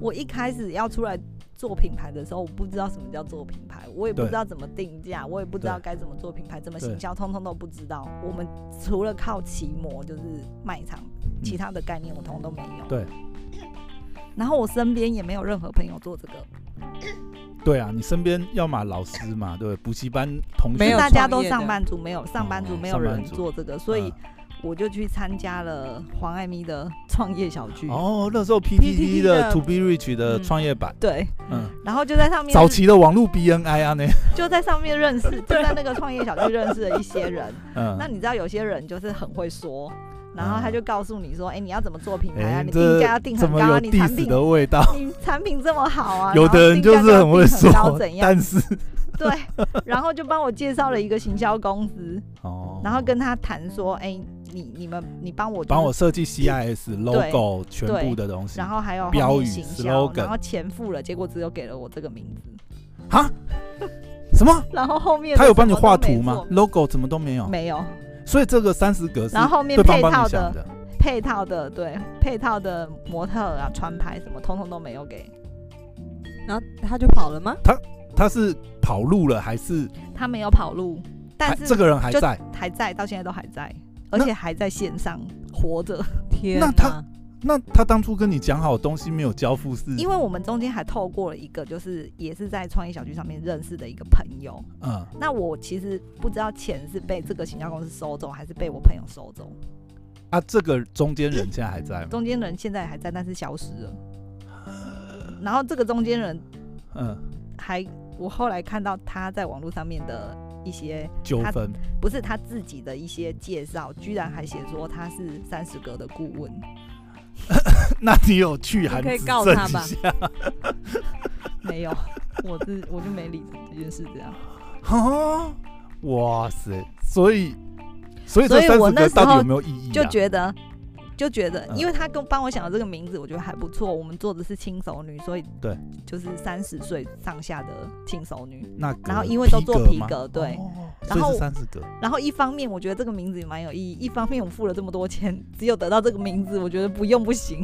[SPEAKER 3] 我一开始要出来做品牌的时候，我不知道什么叫做品牌，我也不
[SPEAKER 2] 对
[SPEAKER 3] 知道怎么定价，我也不知道
[SPEAKER 2] 对
[SPEAKER 3] 该怎么做品牌，怎么
[SPEAKER 2] 对
[SPEAKER 3] 行销，通通都不知道。我们除了靠骑模就是卖场，其他的概念我通通都没有。
[SPEAKER 2] 对。
[SPEAKER 3] 然后我身边也没有任何朋友做这个，
[SPEAKER 2] 对啊，你身边要么老师嘛，对不对，补习班同学
[SPEAKER 1] 没有
[SPEAKER 3] 大家都
[SPEAKER 1] 创业的
[SPEAKER 3] 上班族，没有上班族，
[SPEAKER 2] 哦
[SPEAKER 3] 没有
[SPEAKER 2] 上班
[SPEAKER 3] 人
[SPEAKER 2] 族
[SPEAKER 3] 做这个，所以
[SPEAKER 2] 嗯
[SPEAKER 3] 我就去参加了黄爱咪的创业小聚。
[SPEAKER 2] 哦，那时候
[SPEAKER 1] PTT
[SPEAKER 2] PTT 的
[SPEAKER 1] 的
[SPEAKER 2] To Be Rich 的
[SPEAKER 1] 嗯
[SPEAKER 2] 创业板，
[SPEAKER 3] 对，
[SPEAKER 2] 嗯，
[SPEAKER 3] 然后就在上面
[SPEAKER 2] 早期的网络 BNI 啊，那
[SPEAKER 3] 就在上
[SPEAKER 2] (laughs)
[SPEAKER 3] 面认识，就在那个创业小区认识了一些人。
[SPEAKER 2] 嗯
[SPEAKER 3] 那，你知道有些人就是很会说，然后他就告诉你说：“哎、你要怎么做品牌啊？
[SPEAKER 2] 哎
[SPEAKER 3] 你定价要
[SPEAKER 2] 这
[SPEAKER 3] 定
[SPEAKER 2] 怎
[SPEAKER 3] 很
[SPEAKER 2] 么
[SPEAKER 3] 高
[SPEAKER 2] 有
[SPEAKER 3] 啊，你产
[SPEAKER 2] diss
[SPEAKER 3] 品
[SPEAKER 2] 的味道？
[SPEAKER 3] 你产品这么好啊。”
[SPEAKER 2] 有
[SPEAKER 3] 然后
[SPEAKER 2] 的人
[SPEAKER 3] 定
[SPEAKER 2] 就
[SPEAKER 3] 价
[SPEAKER 2] 是
[SPEAKER 3] 要
[SPEAKER 2] 很会
[SPEAKER 3] 定
[SPEAKER 2] 说
[SPEAKER 3] 高，怎样？
[SPEAKER 2] 但是
[SPEAKER 3] 对，然后就帮我介绍了一个行销公司，
[SPEAKER 2] 哦
[SPEAKER 3] 然后跟他谈说：“哎、你你们你帮我、
[SPEAKER 2] 帮我。”设计 CIS logo 全部的东西，
[SPEAKER 3] 然后还有后
[SPEAKER 2] 标
[SPEAKER 3] 面
[SPEAKER 2] 语
[SPEAKER 3] 行销，
[SPEAKER 2] slogan
[SPEAKER 3] 然后钱付了，结果只有给了我这个名字，
[SPEAKER 2] 什么？
[SPEAKER 3] 然后后面
[SPEAKER 2] 他
[SPEAKER 3] 的
[SPEAKER 2] 有帮
[SPEAKER 3] 什
[SPEAKER 2] 你
[SPEAKER 3] 么都
[SPEAKER 2] 画
[SPEAKER 3] 没
[SPEAKER 2] 图吗
[SPEAKER 3] 做？
[SPEAKER 2] ？logo 怎么都没有？
[SPEAKER 3] 没有，
[SPEAKER 2] 所以这个三十格是
[SPEAKER 3] 然后后面
[SPEAKER 2] 对方帮
[SPEAKER 3] 配套
[SPEAKER 2] 你
[SPEAKER 3] 的
[SPEAKER 2] 想的。
[SPEAKER 3] 配套的对配套的模特啊、穿牌什么，通通都没有给。
[SPEAKER 1] 然后他就跑了吗？
[SPEAKER 2] 他是跑路了还是？
[SPEAKER 3] 他没有跑路，但
[SPEAKER 2] 还
[SPEAKER 3] 是
[SPEAKER 2] 这个人还
[SPEAKER 3] 就
[SPEAKER 2] 在？
[SPEAKER 3] 还在，到现在都还在，
[SPEAKER 2] 那嗯
[SPEAKER 3] 而且还在线上活着。
[SPEAKER 1] 天
[SPEAKER 2] 那
[SPEAKER 1] 哪，
[SPEAKER 2] 他那他当初跟你讲好东西没有交付是？
[SPEAKER 3] 因为我们中间还透过了一个，就是也是在创业小区上面认识的一个朋友。
[SPEAKER 2] 嗯，
[SPEAKER 3] 那我其实不知道钱是被这个行销公司收走，还是被我朋友收走。
[SPEAKER 2] 啊，这个中间人现在还在吗？
[SPEAKER 3] 中间人现在还在，但是消失了。然后这个中间人
[SPEAKER 2] 嗯，
[SPEAKER 3] 还，我后来看到他在网络上面的一些，
[SPEAKER 2] 纠纷
[SPEAKER 3] 不是他自己的一些介绍，居然还写说他是三十格的顾问。
[SPEAKER 2] (laughs) 那你有去还
[SPEAKER 1] 你可以
[SPEAKER 2] 指
[SPEAKER 1] 告
[SPEAKER 2] 证
[SPEAKER 1] 他
[SPEAKER 2] 一
[SPEAKER 1] 吧
[SPEAKER 2] 下？ (laughs)
[SPEAKER 3] 没有， (laughs) 我是我就没理这件事这样。
[SPEAKER 2] 啊，哇塞！所以所以这
[SPEAKER 3] 所以
[SPEAKER 2] 三
[SPEAKER 3] 我
[SPEAKER 2] 十
[SPEAKER 3] 那
[SPEAKER 2] 格
[SPEAKER 3] 时
[SPEAKER 2] 到底
[SPEAKER 3] 候
[SPEAKER 2] 有没有意义、啊？
[SPEAKER 3] 就觉得，就觉得，
[SPEAKER 2] 嗯
[SPEAKER 3] 因为他跟帮我想的这个名字，我觉得还不错。我们做的是轻熟女，所以
[SPEAKER 2] 对，
[SPEAKER 3] 就是三十岁上下的轻熟女。
[SPEAKER 2] 那格
[SPEAKER 3] 然后因为都做皮
[SPEAKER 2] 吗
[SPEAKER 3] 革对
[SPEAKER 2] 哦
[SPEAKER 3] 然后
[SPEAKER 2] 所以是三十格，
[SPEAKER 3] 然后一方面我觉得这个名字也蛮有意义，一方面我付了这么多钱，只有得到这个名字，我觉得不用不行。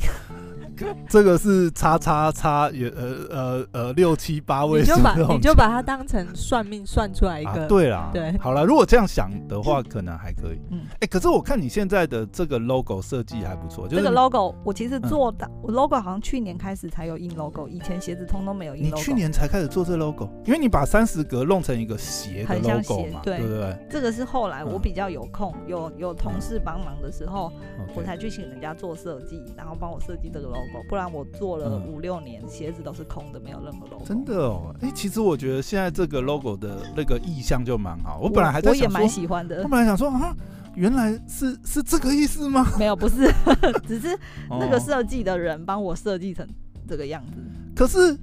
[SPEAKER 2] 这个是叉叉叉也呃呃呃六七八位
[SPEAKER 1] 你
[SPEAKER 2] 数
[SPEAKER 1] 就把
[SPEAKER 2] 这种
[SPEAKER 1] 你就把它当成算命算出来一
[SPEAKER 2] 啊
[SPEAKER 1] 个，
[SPEAKER 2] 对啦，
[SPEAKER 1] 对
[SPEAKER 2] 好啦，如果这样想的话，可能还可以。
[SPEAKER 3] 嗯
[SPEAKER 2] 哎、可是我看你现在的这个 logo 设计还不错，就
[SPEAKER 3] 这
[SPEAKER 2] 是
[SPEAKER 3] 个 logo 我其实
[SPEAKER 2] 嗯
[SPEAKER 3] 做的，我 logo 好像去年开始才有印 logo，以前鞋子通通没有印
[SPEAKER 2] 你
[SPEAKER 3] logo。
[SPEAKER 2] 去年才开始做这 logo，因为你把三十格弄成一个斜的
[SPEAKER 3] 很像
[SPEAKER 2] logo
[SPEAKER 3] 斜
[SPEAKER 2] 嘛，
[SPEAKER 3] 对
[SPEAKER 2] 对不对？
[SPEAKER 3] 这个是后来我
[SPEAKER 2] 嗯
[SPEAKER 3] 比较有空，有有同
[SPEAKER 2] 嗯
[SPEAKER 3] 事帮忙的时候，我
[SPEAKER 2] OK
[SPEAKER 3] 才去请人家做设计，然后帮我设计这个 logo，不然我做了
[SPEAKER 2] 嗯
[SPEAKER 3] 五六年，鞋子都是空的，没有任何 logo。
[SPEAKER 2] 真的哦，哎、其实我觉得现在这个 logo 的那个意象就蛮好。
[SPEAKER 3] 我，
[SPEAKER 2] 我本来还在
[SPEAKER 3] 我也
[SPEAKER 2] 想说
[SPEAKER 3] 蛮，喜欢的
[SPEAKER 2] 我，本来想说啊，原来是是这个意思吗？
[SPEAKER 3] 没有不是， (laughs) 只是那个
[SPEAKER 2] 哦嗯
[SPEAKER 3] 设计的人帮我设计成这个样子。
[SPEAKER 2] 可是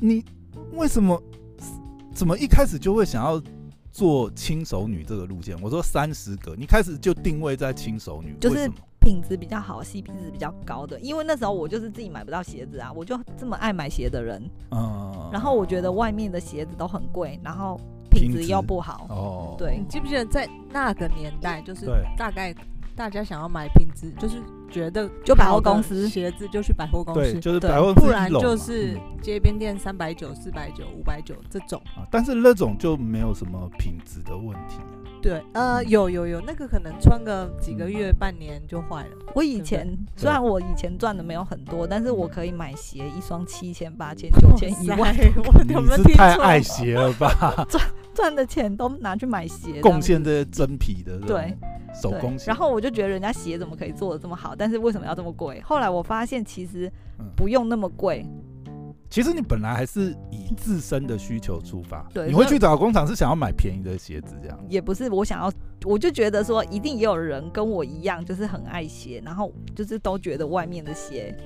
[SPEAKER 2] 你为什么怎么一开始就会想要做轻熟女这个路线？我说三十个，你开始就定位在轻熟女，
[SPEAKER 3] 就是
[SPEAKER 2] 为什么？
[SPEAKER 3] 品质比较好，CP 值比较高的，因为那时候我就是自己买不到鞋子啊，我就这么爱买鞋的人，
[SPEAKER 2] 嗯，
[SPEAKER 3] 然后我觉得外面的鞋子都很贵，然后
[SPEAKER 2] 品
[SPEAKER 3] 品质
[SPEAKER 2] 质
[SPEAKER 3] 又不好，
[SPEAKER 2] 哦，
[SPEAKER 3] 对
[SPEAKER 1] 你，记不记得在那个年代，就是
[SPEAKER 2] 对
[SPEAKER 1] 大概大家想要买品质，就是觉得
[SPEAKER 3] 就百货
[SPEAKER 1] 好的
[SPEAKER 3] 公司
[SPEAKER 1] 鞋子就去百货公
[SPEAKER 2] 对，
[SPEAKER 1] 司，
[SPEAKER 2] 就是
[SPEAKER 3] 对
[SPEAKER 2] 百货公司
[SPEAKER 1] 不然
[SPEAKER 2] 一楼嘛
[SPEAKER 1] 就是
[SPEAKER 2] 嗯
[SPEAKER 1] 街边店三百九、四百九、五百九这种。
[SPEAKER 2] 啊但是那种就没有什么品质的问题。
[SPEAKER 3] (laughs)
[SPEAKER 1] 对，呃，
[SPEAKER 2] 嗯
[SPEAKER 1] 有有有，那个可能穿个几个月、半年就坏了。
[SPEAKER 3] 我以
[SPEAKER 1] 对不对
[SPEAKER 3] 前虽然我以前赚的没有很多，但是我可以买鞋一双七千、八千、九
[SPEAKER 1] 哇
[SPEAKER 3] 千、一
[SPEAKER 1] (laughs)
[SPEAKER 3] 万，
[SPEAKER 1] 塞，我
[SPEAKER 2] 你
[SPEAKER 1] 有没有
[SPEAKER 2] 是
[SPEAKER 1] 听
[SPEAKER 2] 太
[SPEAKER 1] 错？
[SPEAKER 2] 爱
[SPEAKER 3] (laughs)
[SPEAKER 2] 鞋了吧？
[SPEAKER 3] 赚的钱都拿去买鞋，
[SPEAKER 2] 贡献
[SPEAKER 3] 的。
[SPEAKER 2] 这些真皮的，
[SPEAKER 3] 对，
[SPEAKER 2] 手
[SPEAKER 3] 对
[SPEAKER 2] 工鞋，
[SPEAKER 3] 然后我就觉得人家鞋怎么可以做的这么好，但是为什么要这么贵？后来我发现其实
[SPEAKER 2] 嗯
[SPEAKER 3] 不用那么贵，
[SPEAKER 2] 其实你本来还是以自身的需求出发，
[SPEAKER 3] 对
[SPEAKER 2] 你会
[SPEAKER 3] 所以
[SPEAKER 2] 去找工厂是想要买便宜的鞋子这样。
[SPEAKER 3] 也不是我想要，我就觉得说一定也有人跟我一样，就是很爱鞋，然后就是都觉得外面的鞋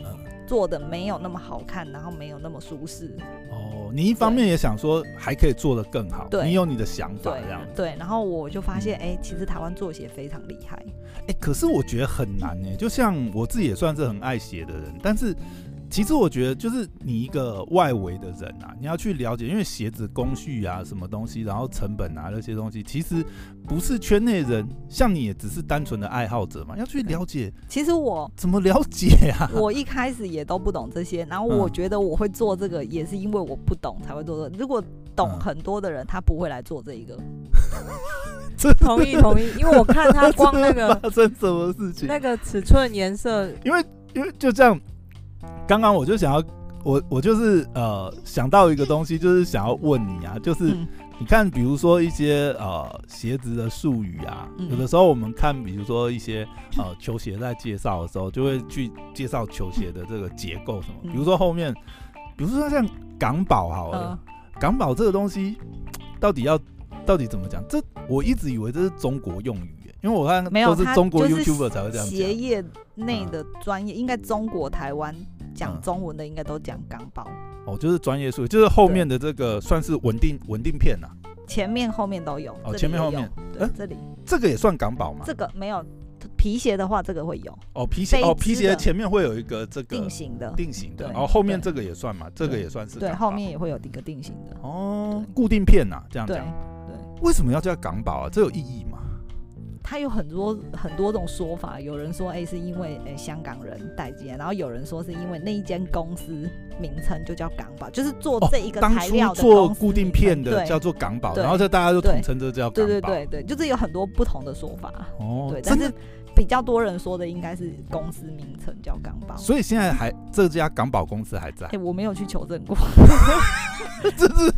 [SPEAKER 2] 嗯
[SPEAKER 3] 做的没有那么好看，然后没有那么舒适，
[SPEAKER 2] 哦，你一方面也想说还可以做得更好，
[SPEAKER 3] 对
[SPEAKER 2] 你有你的想法
[SPEAKER 3] 对
[SPEAKER 2] 这样。
[SPEAKER 3] 对，然后我就发现，哎、其实台湾做鞋非常厉害，
[SPEAKER 2] 哎、可是我觉得很难呢、就像我自己也算是很爱写的人，但是其实我觉得就是你一个外围的人啊，你要去了解，因为鞋子工序啊、什么东西，然后成本啊那些东西，其实不是圈内人，像你也只是单纯的爱好者嘛，要去了解
[SPEAKER 3] 其实我。
[SPEAKER 2] 怎么了解 (laughs) 啊？
[SPEAKER 3] 我一开始也都不懂这些，然后我
[SPEAKER 2] 嗯
[SPEAKER 3] 觉得我会做这个，也是因为我不懂才会做这个。如果懂
[SPEAKER 2] 嗯
[SPEAKER 3] 很多的人，他不会来做这一个。
[SPEAKER 1] 同意同意，因为我看他光那个
[SPEAKER 2] (laughs) 发生什么事情？
[SPEAKER 1] 那个尺寸、颜色，
[SPEAKER 2] 因为因为就这样，刚刚我就想要，我我就是呃想到一个东西，就是想要问你啊，就是、
[SPEAKER 3] 嗯
[SPEAKER 2] 你看，比如说一些呃鞋子的术语啊，
[SPEAKER 3] 嗯
[SPEAKER 2] 有的时候我们看，比如说一些呃球鞋在介绍的时候，就会去介绍球鞋的这个结构什么，
[SPEAKER 3] 嗯
[SPEAKER 2] 比如说后面，比如说像港宝好了，
[SPEAKER 3] 呃，
[SPEAKER 2] 港宝这个东西到底要到底怎么讲？这我一直以为这是中国用语耶，因为我看
[SPEAKER 3] 没有
[SPEAKER 2] 都是
[SPEAKER 3] 它
[SPEAKER 2] 中国
[SPEAKER 3] 就是
[SPEAKER 2] YouTuber 才会这样讲
[SPEAKER 3] 鞋。呃业内的专业，应该中国台湾
[SPEAKER 2] 嗯
[SPEAKER 3] 讲中文的应该都讲港宝，
[SPEAKER 2] 哦，就是专业术语，就是后面的这个算是稳定稳定片呐、啊
[SPEAKER 3] 前面后面都有。
[SPEAKER 2] 哦
[SPEAKER 3] 这里
[SPEAKER 2] 前面
[SPEAKER 3] 也
[SPEAKER 2] 后
[SPEAKER 3] 有
[SPEAKER 2] 面，
[SPEAKER 3] 对
[SPEAKER 2] 哎，
[SPEAKER 3] 这里
[SPEAKER 2] 这个也算港宝嘛？
[SPEAKER 3] 这个没有皮鞋的话，这个会有
[SPEAKER 2] 哦，皮鞋
[SPEAKER 3] 飞
[SPEAKER 2] 哦，
[SPEAKER 3] 织
[SPEAKER 2] 皮鞋
[SPEAKER 3] 的
[SPEAKER 2] 前面会有一个这个
[SPEAKER 3] 定型的，
[SPEAKER 2] 定型的，
[SPEAKER 3] 对
[SPEAKER 2] 然后后面
[SPEAKER 3] 对
[SPEAKER 2] 这个也算嘛，这个也算是
[SPEAKER 3] 对，
[SPEAKER 2] 港
[SPEAKER 3] 后
[SPEAKER 2] 宝
[SPEAKER 3] 面也会有一个定型的，
[SPEAKER 2] 哦
[SPEAKER 3] 对
[SPEAKER 2] 固定片呐、这样
[SPEAKER 3] 对
[SPEAKER 2] 讲，。为什么要叫港宝啊？这有意义吗？
[SPEAKER 3] 它有很多很多种说法，有人说哎、是因为哎、香港人代接，然后有人说是因为那一间公司名称就叫港宝，就是做
[SPEAKER 2] 哦
[SPEAKER 3] 这一个
[SPEAKER 2] 当
[SPEAKER 3] 材料
[SPEAKER 2] 初
[SPEAKER 3] 的
[SPEAKER 2] 做
[SPEAKER 3] 公司
[SPEAKER 2] 固定片
[SPEAKER 3] 名
[SPEAKER 2] 的
[SPEAKER 3] 称
[SPEAKER 2] 叫做港宝，
[SPEAKER 3] 对
[SPEAKER 2] 然后这大家就统
[SPEAKER 3] 对
[SPEAKER 2] 称这叫港
[SPEAKER 3] 对
[SPEAKER 2] 宝。
[SPEAKER 3] 对对对对，就是有很多不同的说法。
[SPEAKER 2] 哦
[SPEAKER 3] 对，，但
[SPEAKER 2] 真
[SPEAKER 3] 是
[SPEAKER 2] 的。
[SPEAKER 3] 比较多人说的应该是公司名称叫港宝。
[SPEAKER 2] 所以现在还这家港宝公司还在
[SPEAKER 3] (laughs) 哎、，我没有去求证过，
[SPEAKER 2] 这是，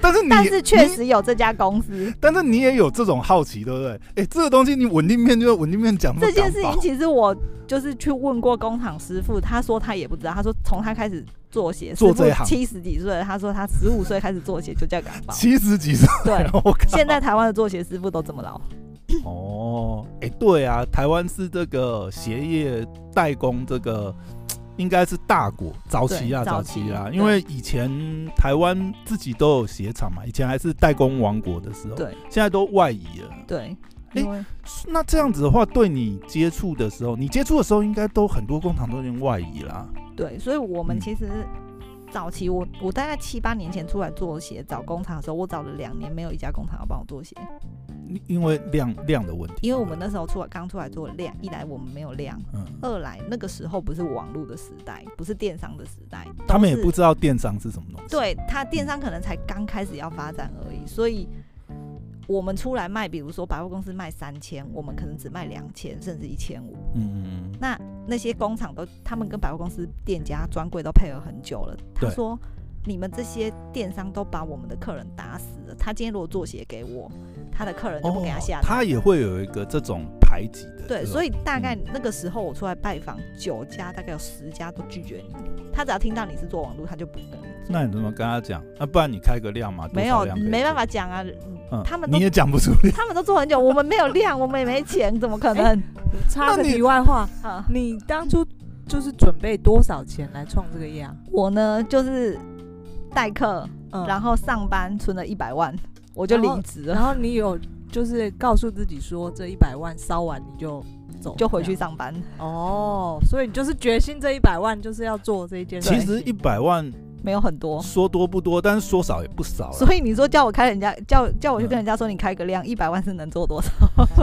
[SPEAKER 2] 但是你
[SPEAKER 3] 但是确
[SPEAKER 2] 你
[SPEAKER 3] 实有这家公司。
[SPEAKER 2] 但是你也有这种好奇，对不对？哎，这个东西你稳定面就稳定面讲，
[SPEAKER 3] 这件事
[SPEAKER 2] 港
[SPEAKER 3] 情
[SPEAKER 2] 宝
[SPEAKER 3] 其实我就是去问过工厂师傅，他说他也不知道，他说从他开始做鞋，
[SPEAKER 2] 做这一行
[SPEAKER 3] 七十几岁，他说他十五岁开始做鞋就叫港
[SPEAKER 2] (laughs)
[SPEAKER 3] 宝。
[SPEAKER 2] 七十几岁，
[SPEAKER 3] 对，
[SPEAKER 2] (laughs) 我靠！
[SPEAKER 3] 现在台湾的做鞋师傅都这么老，
[SPEAKER 2] 哦，哎、对啊，台湾是这个鞋业代工这个。应该是大国，早期啊，
[SPEAKER 3] 对
[SPEAKER 2] 早
[SPEAKER 3] 早
[SPEAKER 2] 期
[SPEAKER 3] 期
[SPEAKER 2] 啊，
[SPEAKER 3] 对
[SPEAKER 2] 因为以前台湾自己都有鞋厂嘛，以前还是代工王国的时候，
[SPEAKER 3] 对
[SPEAKER 2] 现在都外移了。
[SPEAKER 3] 对，
[SPEAKER 2] 哎
[SPEAKER 3] 因为
[SPEAKER 2] 那这样子的话，对你接触的时候，你接触的时候，应该都很多工厂都已经外移啦。
[SPEAKER 3] 对，所以我们
[SPEAKER 2] 嗯
[SPEAKER 3] 其实早期我我大概七八年前出来做鞋找工厂的时候，我找了两年没有一家工厂要帮我做鞋，
[SPEAKER 2] 因因为量量的问题，
[SPEAKER 3] 因为我们那时候出来刚出来做量，一来我们没有量，
[SPEAKER 2] 嗯，
[SPEAKER 3] 二来那个时候不是网络的时代，不是电商的时代，
[SPEAKER 2] 他们也
[SPEAKER 3] 都
[SPEAKER 2] 不
[SPEAKER 3] 是
[SPEAKER 2] 知道电商是什么东西。
[SPEAKER 3] 对哦他电商可能才刚开始要发展而已，所以我们出来卖，比如说百货公司卖三千，我们可能只卖两千甚至一千五。
[SPEAKER 2] 嗯，嗯嗯，
[SPEAKER 3] 那那些工厂都，他们跟百货公司店家、专柜都配合很久了。他
[SPEAKER 2] 对
[SPEAKER 3] 说，你们这些电商都把我们的客人打死了。他今天如果做鞋给我，他的客人就不给他下单。
[SPEAKER 2] 哦他也会有一个这种排挤的这种。
[SPEAKER 3] 对，所以大概那个时候我出来拜访九家，大概有十家都拒绝你。他只要听到你是做网络，他就不跟你做。
[SPEAKER 2] 那你怎么跟他讲？那、不然你开个量嘛？多
[SPEAKER 3] 没
[SPEAKER 2] 少
[SPEAKER 3] 有
[SPEAKER 2] 量可以做
[SPEAKER 3] 没办法，讲啊，
[SPEAKER 2] 嗯
[SPEAKER 3] 他们都
[SPEAKER 2] 你也讲不出来。
[SPEAKER 3] 他们都做很久，我们没有量，我们也没钱，怎么可能？
[SPEAKER 1] 插
[SPEAKER 2] 那
[SPEAKER 1] 个
[SPEAKER 2] 你
[SPEAKER 1] 题外话，
[SPEAKER 3] 啊
[SPEAKER 1] 你当初就是准备多少钱来创这个业啊？
[SPEAKER 3] (laughs) 我呢就是代课，
[SPEAKER 1] 嗯，
[SPEAKER 3] 然后上班存了一百万，我就离职了，
[SPEAKER 1] 然后你有就是告诉自己说，这一百万烧完你就走，
[SPEAKER 3] 就回去
[SPEAKER 1] 这样
[SPEAKER 3] 上班。
[SPEAKER 1] 哦。所以你就是决心这一百万就是要做这一件事
[SPEAKER 2] 其
[SPEAKER 1] 情。
[SPEAKER 2] 实一百万
[SPEAKER 3] 没有很多，
[SPEAKER 2] 说多不多，但是说少也不少了。
[SPEAKER 3] 所以你哦说叫我开人家叫叫我去跟人家说你开个量一百万是能做多少？ (laughs)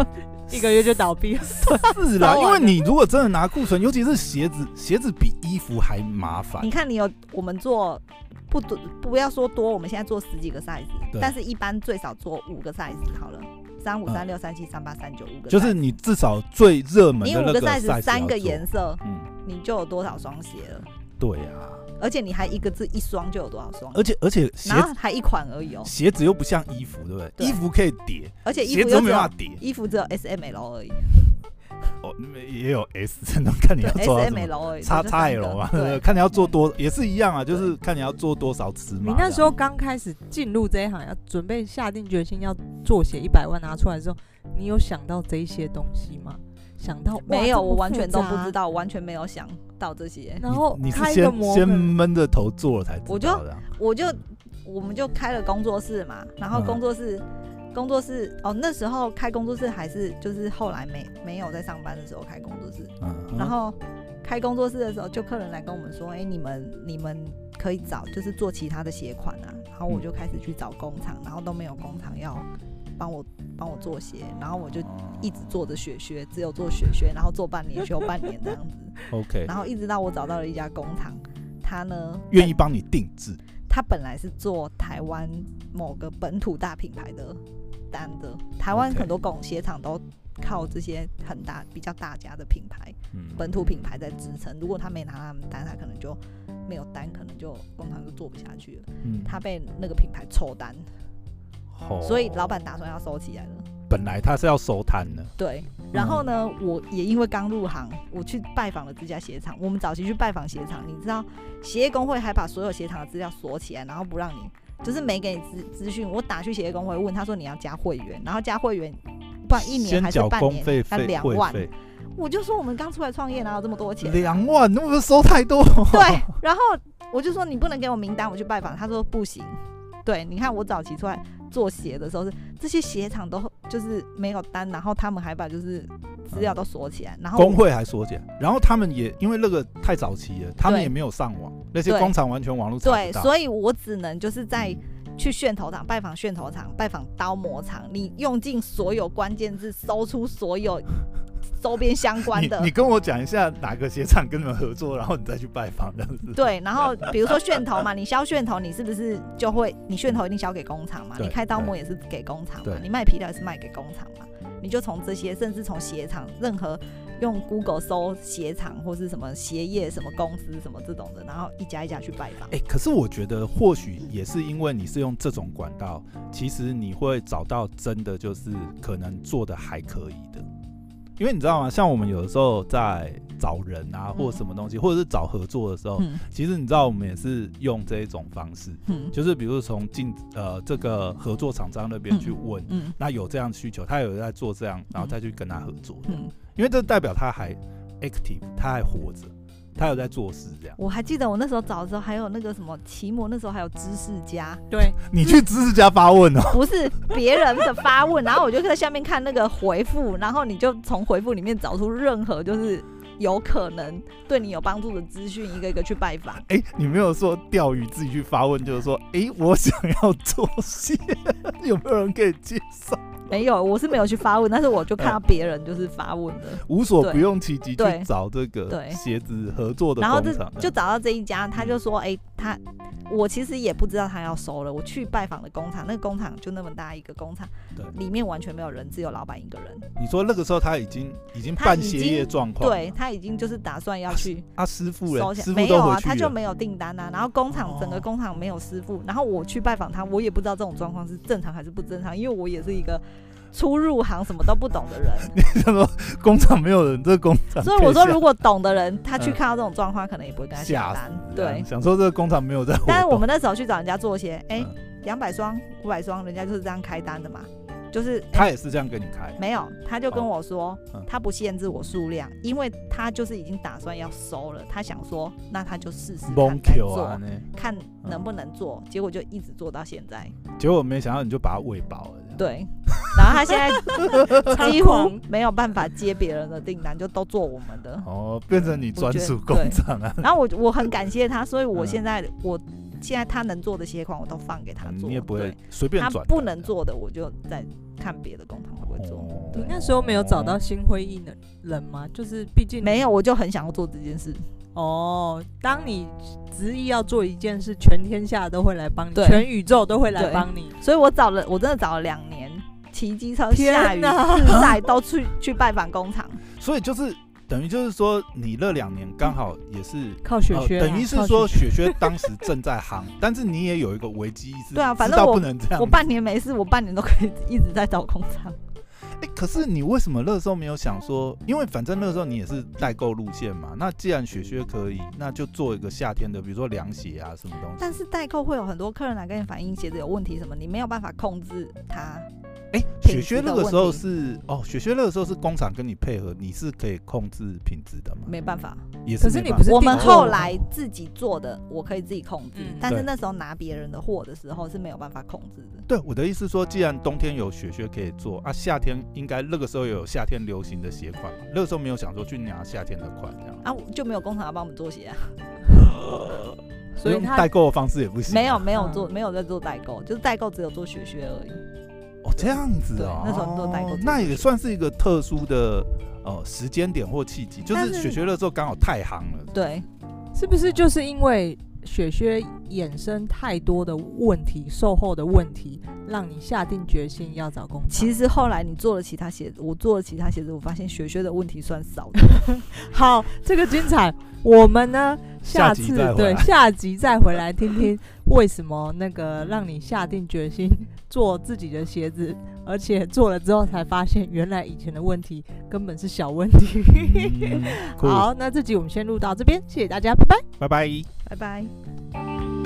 [SPEAKER 1] 一个月就倒闭了，
[SPEAKER 2] 是啦，
[SPEAKER 3] 啊
[SPEAKER 1] 烧
[SPEAKER 2] 因
[SPEAKER 1] 完
[SPEAKER 2] 为
[SPEAKER 1] 了
[SPEAKER 2] 你如果真的拿库存，尤其是鞋子，鞋子比衣服还麻烦
[SPEAKER 3] 你。看你有我们做不多，不要说多，我们现在做十几个 size，
[SPEAKER 2] 对
[SPEAKER 3] 但是一般最少做五个 size 好了，三五
[SPEAKER 2] 嗯
[SPEAKER 3] 三六三七三八三九五个 size，
[SPEAKER 2] 就是你至少最热门
[SPEAKER 3] 你
[SPEAKER 2] 的
[SPEAKER 3] 五
[SPEAKER 2] 那
[SPEAKER 3] 个
[SPEAKER 2] 个 size
[SPEAKER 3] size 三
[SPEAKER 2] 要做
[SPEAKER 3] 个颜，色，
[SPEAKER 2] 嗯，
[SPEAKER 3] 你就有多少双鞋了？
[SPEAKER 2] 对啊。
[SPEAKER 3] 而且你还一个字一双就有多少双，
[SPEAKER 2] 而且而且鞋
[SPEAKER 3] 然后还一款而已哦，
[SPEAKER 2] 鞋子又不像衣服，对不对？
[SPEAKER 3] 对
[SPEAKER 2] 衣服可以叠，
[SPEAKER 3] 而且衣
[SPEAKER 2] 鞋
[SPEAKER 3] 服
[SPEAKER 2] 子又
[SPEAKER 3] 又
[SPEAKER 2] 没
[SPEAKER 3] 只
[SPEAKER 2] 办
[SPEAKER 3] 有
[SPEAKER 2] 法叠。
[SPEAKER 3] 衣服只有 S M L 而已，
[SPEAKER 2] 哦，也有 S，真 (laughs) 的看你
[SPEAKER 3] 对
[SPEAKER 2] 要
[SPEAKER 3] S
[SPEAKER 2] 做到什
[SPEAKER 3] M
[SPEAKER 2] 么。
[SPEAKER 3] L 而已，
[SPEAKER 2] 叉
[SPEAKER 3] 就
[SPEAKER 2] 叉
[SPEAKER 3] 三个
[SPEAKER 2] L 嘛，(laughs)
[SPEAKER 3] 对，嗯
[SPEAKER 2] 看你要做多也是一样啊，就是看你要做多少尺码这
[SPEAKER 1] 你
[SPEAKER 2] 样。
[SPEAKER 1] 那时候刚开始进入这一行，要准备下定决心要做写一百万拿出来的时候，你有想到这些东西吗？想到哇
[SPEAKER 3] 没有，
[SPEAKER 1] 这么
[SPEAKER 3] 我完全都
[SPEAKER 1] 复
[SPEAKER 3] 不
[SPEAKER 1] 杂
[SPEAKER 3] 知道，完全没有想到这些。
[SPEAKER 1] 然后
[SPEAKER 2] 你你是
[SPEAKER 1] 开一个
[SPEAKER 2] 先
[SPEAKER 1] 模
[SPEAKER 2] 先
[SPEAKER 1] 本，
[SPEAKER 2] 闷着头做了才知
[SPEAKER 3] 我就
[SPEAKER 2] 道的啊。
[SPEAKER 3] 我就我们就开了工作室嘛，然后
[SPEAKER 2] 嗯
[SPEAKER 3] 工作室、工作室哦，那时候开工作室还是就是后来没没有在上班的时候开工作室，
[SPEAKER 2] 嗯，
[SPEAKER 3] (laughs) 然后开工作室的时候，就客人来跟我们说，哎、你们你们可以找就是做其他的鞋款啊，然后
[SPEAKER 2] 嗯
[SPEAKER 3] 我就开始去找工厂，然后都没有工厂要帮我帮我做鞋，然后我就一直做着雪靴，只有做雪靴，然后做半年休半年这样
[SPEAKER 2] (laughs)
[SPEAKER 3] 子，
[SPEAKER 2] OK，
[SPEAKER 3] 然后一直到我找到了一家工厂，他呢
[SPEAKER 2] 愿意帮你定制，
[SPEAKER 3] 他本来是做台湾某个本土大品牌的单的，台湾
[SPEAKER 2] OK
[SPEAKER 3] 很多工鞋厂都靠这些很大比较大家的品牌
[SPEAKER 2] 嗯，
[SPEAKER 3] 本土品牌在支撑。如果他没拿他们单，他可能就没有单，可能就工厂就做不下去了。
[SPEAKER 2] 嗯
[SPEAKER 3] 他被那个品牌抽单，
[SPEAKER 2] 哦
[SPEAKER 3] 所以老板打算要收起来了。
[SPEAKER 2] 本来他是要收摊的，
[SPEAKER 3] 对，
[SPEAKER 2] 嗯
[SPEAKER 3] 然后呢，我也因为刚入行，我去拜访了这家鞋厂。我们早期去拜访鞋厂，你知道，鞋业工会还把所有鞋厂的资料锁起来，然后不让你，就是没给你资资讯。我打去鞋业工会问，他说你要加会员，然后加会员，不然一年
[SPEAKER 2] 先
[SPEAKER 3] 还是
[SPEAKER 2] 缴
[SPEAKER 3] 半
[SPEAKER 2] 工
[SPEAKER 3] 年
[SPEAKER 2] 费
[SPEAKER 3] 要
[SPEAKER 2] 费
[SPEAKER 3] 两
[SPEAKER 2] 会
[SPEAKER 3] 万。
[SPEAKER 2] 费，
[SPEAKER 3] 我就说我们刚出来创业，哪有这么多钱？
[SPEAKER 2] 两万，那不是收太多？ (laughs)
[SPEAKER 3] 对，然后我就说你不能给我名单，我去拜访。他说不行。对，你看我早期出来做鞋的时候是，这些鞋厂都就是没有单，然后他们还把就是资料都锁起来，然后我
[SPEAKER 2] 工会还缩减，然后他们也因为那个太早期了，他们
[SPEAKER 3] 对
[SPEAKER 2] 也没有上网，那些
[SPEAKER 3] 对
[SPEAKER 2] 工厂完全网络查
[SPEAKER 3] 对
[SPEAKER 2] 不，到。
[SPEAKER 3] 所以我只能就是在去楦头厂拜访楦头厂，拜访刀模厂，你用尽所有关键字，搜出所有周边相关
[SPEAKER 2] 你 (laughs)
[SPEAKER 3] 的
[SPEAKER 2] 你。跟我讲一下哪个鞋厂跟你们合作，然后你再去拜访这 (laughs) 样子。
[SPEAKER 3] 对，然后比如说楦头嘛，你削楦头，你是不是就会你楦头一定削给工厂嘛？
[SPEAKER 2] 对
[SPEAKER 3] 你开刀模也是给工厂嘛
[SPEAKER 2] 对？
[SPEAKER 3] 你卖皮料也是卖给工厂嘛？你就从这些，甚至从鞋厂，任何用 Google 搜鞋厂或是什么鞋业、什么公司、什么这种的，然后一家一家去拜访。
[SPEAKER 2] 哎、可是我觉得或许也是因为你是用这种管道，其实你会找到真的就是可能做的还可以的，因为你知道吗？像我们有的时候在找人啊，或者什么东西，或者是找合作的时候，
[SPEAKER 3] 嗯
[SPEAKER 2] 其实你知道我们也是用这一种方式，
[SPEAKER 3] 嗯
[SPEAKER 2] 就是比如从进呃这个合作厂商那边去问。
[SPEAKER 3] 嗯
[SPEAKER 2] 那有这样需求，他有在做这样，然后再去跟他合作，
[SPEAKER 3] 嗯。
[SPEAKER 2] 因为这代表他还 active，他还活着，他有在做事这样。
[SPEAKER 3] 我还记得我那时候找的时候，还有那个什么奇摩，那时候还有知识家，
[SPEAKER 1] (laughs) 对，
[SPEAKER 2] 你去知识家发问哦，
[SPEAKER 3] 不是别人的发问，然后我就在下面看那个回复，然后你就从回复里面找出任何就是有可能对你有帮助的资讯，一个一个去拜访。
[SPEAKER 2] 哎、你没有说钓鱼自己去发问，就是说，哎、我想要做些， (laughs) 有没有人可以介绍？
[SPEAKER 3] 没有，我是没有去发问，但是我就看到别人就是发问的，
[SPEAKER 2] 无所不用其极去
[SPEAKER 3] 对
[SPEAKER 2] 找这个
[SPEAKER 3] 对
[SPEAKER 2] 鞋子合作的
[SPEAKER 3] 然后
[SPEAKER 2] 工
[SPEAKER 3] 这
[SPEAKER 2] 厂，啊
[SPEAKER 3] 就找到这一家，他就说，哎、他我其实也不知道他要收了，我去拜访的工厂，那个工厂就那么大一个工厂
[SPEAKER 2] 对，
[SPEAKER 3] 里面完全没有人，只有老板一个人，
[SPEAKER 2] 你说那个时候他已经已经
[SPEAKER 3] 他
[SPEAKER 2] 半
[SPEAKER 3] 已
[SPEAKER 2] 歇
[SPEAKER 3] 经
[SPEAKER 2] 业状况，
[SPEAKER 3] 对，他已经就是打算要去。
[SPEAKER 2] 啊，师傅嘞
[SPEAKER 3] 收，起
[SPEAKER 2] 师
[SPEAKER 3] 来
[SPEAKER 2] 傅
[SPEAKER 3] 没
[SPEAKER 2] 都
[SPEAKER 3] 有
[SPEAKER 2] 回
[SPEAKER 3] 啊，
[SPEAKER 2] 去
[SPEAKER 3] 他就
[SPEAKER 2] 了，
[SPEAKER 3] 没有订单啊。然后工厂整
[SPEAKER 2] 哦
[SPEAKER 3] 个工厂没有师傅，然后我去拜访他，我也不知道这种状况是正常还是不正常，因为我也是一个初入行什么都不懂
[SPEAKER 2] (laughs)
[SPEAKER 3] 的人，
[SPEAKER 2] 他说工厂没有人，这个工厂
[SPEAKER 3] 所以我
[SPEAKER 2] 可
[SPEAKER 3] 说
[SPEAKER 2] 吓
[SPEAKER 3] 如果懂的人，他去
[SPEAKER 2] 嗯
[SPEAKER 3] 看到这种状况，可能也不会跟他
[SPEAKER 2] 吓
[SPEAKER 3] 下
[SPEAKER 2] 死
[SPEAKER 3] 单。
[SPEAKER 2] 这样
[SPEAKER 3] 对，
[SPEAKER 2] 想说这个工厂没有在活动，
[SPEAKER 3] 但是我们那时候去找人家做鞋，哎
[SPEAKER 2] 嗯，
[SPEAKER 3] 两百双、五百双，人家就是这样开单的嘛，就是哎
[SPEAKER 2] 他也是这样跟你开，
[SPEAKER 3] 没有，他就跟我说
[SPEAKER 2] 嗯，
[SPEAKER 3] 他不限制我数量，因为他就是已经打算要收了，他想说，那他就试试
[SPEAKER 2] 蒙
[SPEAKER 3] 看再
[SPEAKER 2] Q
[SPEAKER 3] 做。
[SPEAKER 2] 啊呢，
[SPEAKER 3] 看能不能做，结果就一直做到现在。
[SPEAKER 2] 结果没想到你就把它喂饱了。
[SPEAKER 3] 对，然后他
[SPEAKER 2] (laughs)
[SPEAKER 3] 现在几
[SPEAKER 1] 猖
[SPEAKER 3] 乎
[SPEAKER 1] 狂
[SPEAKER 3] 没有办法接别人的订单，就都做我们
[SPEAKER 2] (laughs)
[SPEAKER 3] 的。
[SPEAKER 2] 哦，变成你专属工厂啊！
[SPEAKER 3] 然后我我很感谢他，所以我
[SPEAKER 2] 嗯
[SPEAKER 3] 现在、我现在他能做的鞋款我都放给他
[SPEAKER 2] 嗯
[SPEAKER 3] 做，
[SPEAKER 2] 你也不
[SPEAKER 3] 对
[SPEAKER 2] 会随便
[SPEAKER 3] 他
[SPEAKER 2] 转，
[SPEAKER 3] 不能做的我就在看别的工厂会不会做。
[SPEAKER 2] 哦
[SPEAKER 1] 你那时候没有找到心灰意冷冷吗？就是毕竟
[SPEAKER 3] 没有，我就很想要做这件事。
[SPEAKER 1] 哦，当你执意要做一件事，全天下都会来帮你，
[SPEAKER 3] 对
[SPEAKER 1] 全宇宙都会来
[SPEAKER 3] 对
[SPEAKER 1] 帮你。
[SPEAKER 3] 所以我找了，我真的找了两年，骑机车、
[SPEAKER 1] 天
[SPEAKER 3] 下雨、
[SPEAKER 1] 哪
[SPEAKER 2] (laughs)
[SPEAKER 3] 日晒都去去拜访工厂。
[SPEAKER 2] 所以就是等于就是说你那两年刚好也是。
[SPEAKER 1] 靠雪
[SPEAKER 2] 呃
[SPEAKER 1] 靴啦、
[SPEAKER 3] 啊
[SPEAKER 2] 等于是
[SPEAKER 1] 靠
[SPEAKER 2] 说
[SPEAKER 1] 雪
[SPEAKER 2] 雪靴当时正在行，但是你也有一个危机意识，
[SPEAKER 3] 对啊反
[SPEAKER 2] 知道
[SPEAKER 3] 正我
[SPEAKER 2] 不能这样
[SPEAKER 3] 我。半年没事，我半年都可以一直在找工厂。
[SPEAKER 2] 哎、可是你为什么那时候没有想说？因为反正那时候你也是代购路线嘛，那既然雪靴可以，那就做一个夏天的，比如说凉鞋啊什么东西。
[SPEAKER 3] 但是代购会有很多客人来跟你反映鞋子有问题什么，你没有办法控制它。
[SPEAKER 2] 哎、
[SPEAKER 3] 品
[SPEAKER 2] 雪靴
[SPEAKER 3] 质的
[SPEAKER 2] 那个时候
[SPEAKER 3] 问题
[SPEAKER 2] 是哦，雪靴那个时候是工厂跟你配合，你是可以控制品质的嘛？
[SPEAKER 3] 没办法，
[SPEAKER 2] 也
[SPEAKER 1] 可是
[SPEAKER 2] 是
[SPEAKER 1] 你
[SPEAKER 2] 没办
[SPEAKER 1] 不是
[SPEAKER 3] 我
[SPEAKER 1] 定
[SPEAKER 3] 们
[SPEAKER 1] 做
[SPEAKER 3] 后
[SPEAKER 1] 的
[SPEAKER 3] 来自己做的，我可以自己控制
[SPEAKER 1] 嗯，
[SPEAKER 3] 但
[SPEAKER 2] 对
[SPEAKER 3] 是那时候拿别人的货的时候是没有办法控制的。
[SPEAKER 2] 对我的意思说，既然冬天有雪靴可以做啊，夏天应该那个时候也有夏天流行的鞋款嘛，那个时候没有想说去拿夏天的款这样。
[SPEAKER 3] 啊，就没有工厂要帮我们做鞋
[SPEAKER 1] (laughs)
[SPEAKER 3] 啊，
[SPEAKER 1] 靴，所以
[SPEAKER 2] 用
[SPEAKER 1] 他
[SPEAKER 2] 代购的方式也不行啊、
[SPEAKER 3] 没有没有
[SPEAKER 1] 嗯
[SPEAKER 3] 做没有在做代购，就是代购只有做雪靴而已。
[SPEAKER 2] 哦，这样子哦，
[SPEAKER 3] 对那时候都代购
[SPEAKER 2] 哦那也算是一个特殊的呃时间点或契机，就
[SPEAKER 3] 但
[SPEAKER 2] 是
[SPEAKER 3] 是
[SPEAKER 2] 雪学的时候刚好太行了。
[SPEAKER 3] 对，
[SPEAKER 1] 是不是就是因为雪靴衍生太多的问题，售后的问题，让你下定决心要找工作？
[SPEAKER 3] 其实后来你做了其他鞋子，我做了其他鞋子，我发现雪靴的问题算少的。
[SPEAKER 1] 好，这个精彩，我们呢
[SPEAKER 2] 下
[SPEAKER 1] 下
[SPEAKER 2] 集
[SPEAKER 1] 次
[SPEAKER 2] 再回
[SPEAKER 1] 对
[SPEAKER 2] 来
[SPEAKER 1] 下集再回来听听为什么那个让你下定决
[SPEAKER 2] (laughs)
[SPEAKER 1] 心做自己的鞋子，而且做了之后才发现原来以前的问题根本是小问题。
[SPEAKER 2] 嗯酷
[SPEAKER 3] (laughs)
[SPEAKER 1] 好，那这集我们先录到这边，谢谢大家，拜拜。
[SPEAKER 2] 拜拜。
[SPEAKER 3] 拜拜。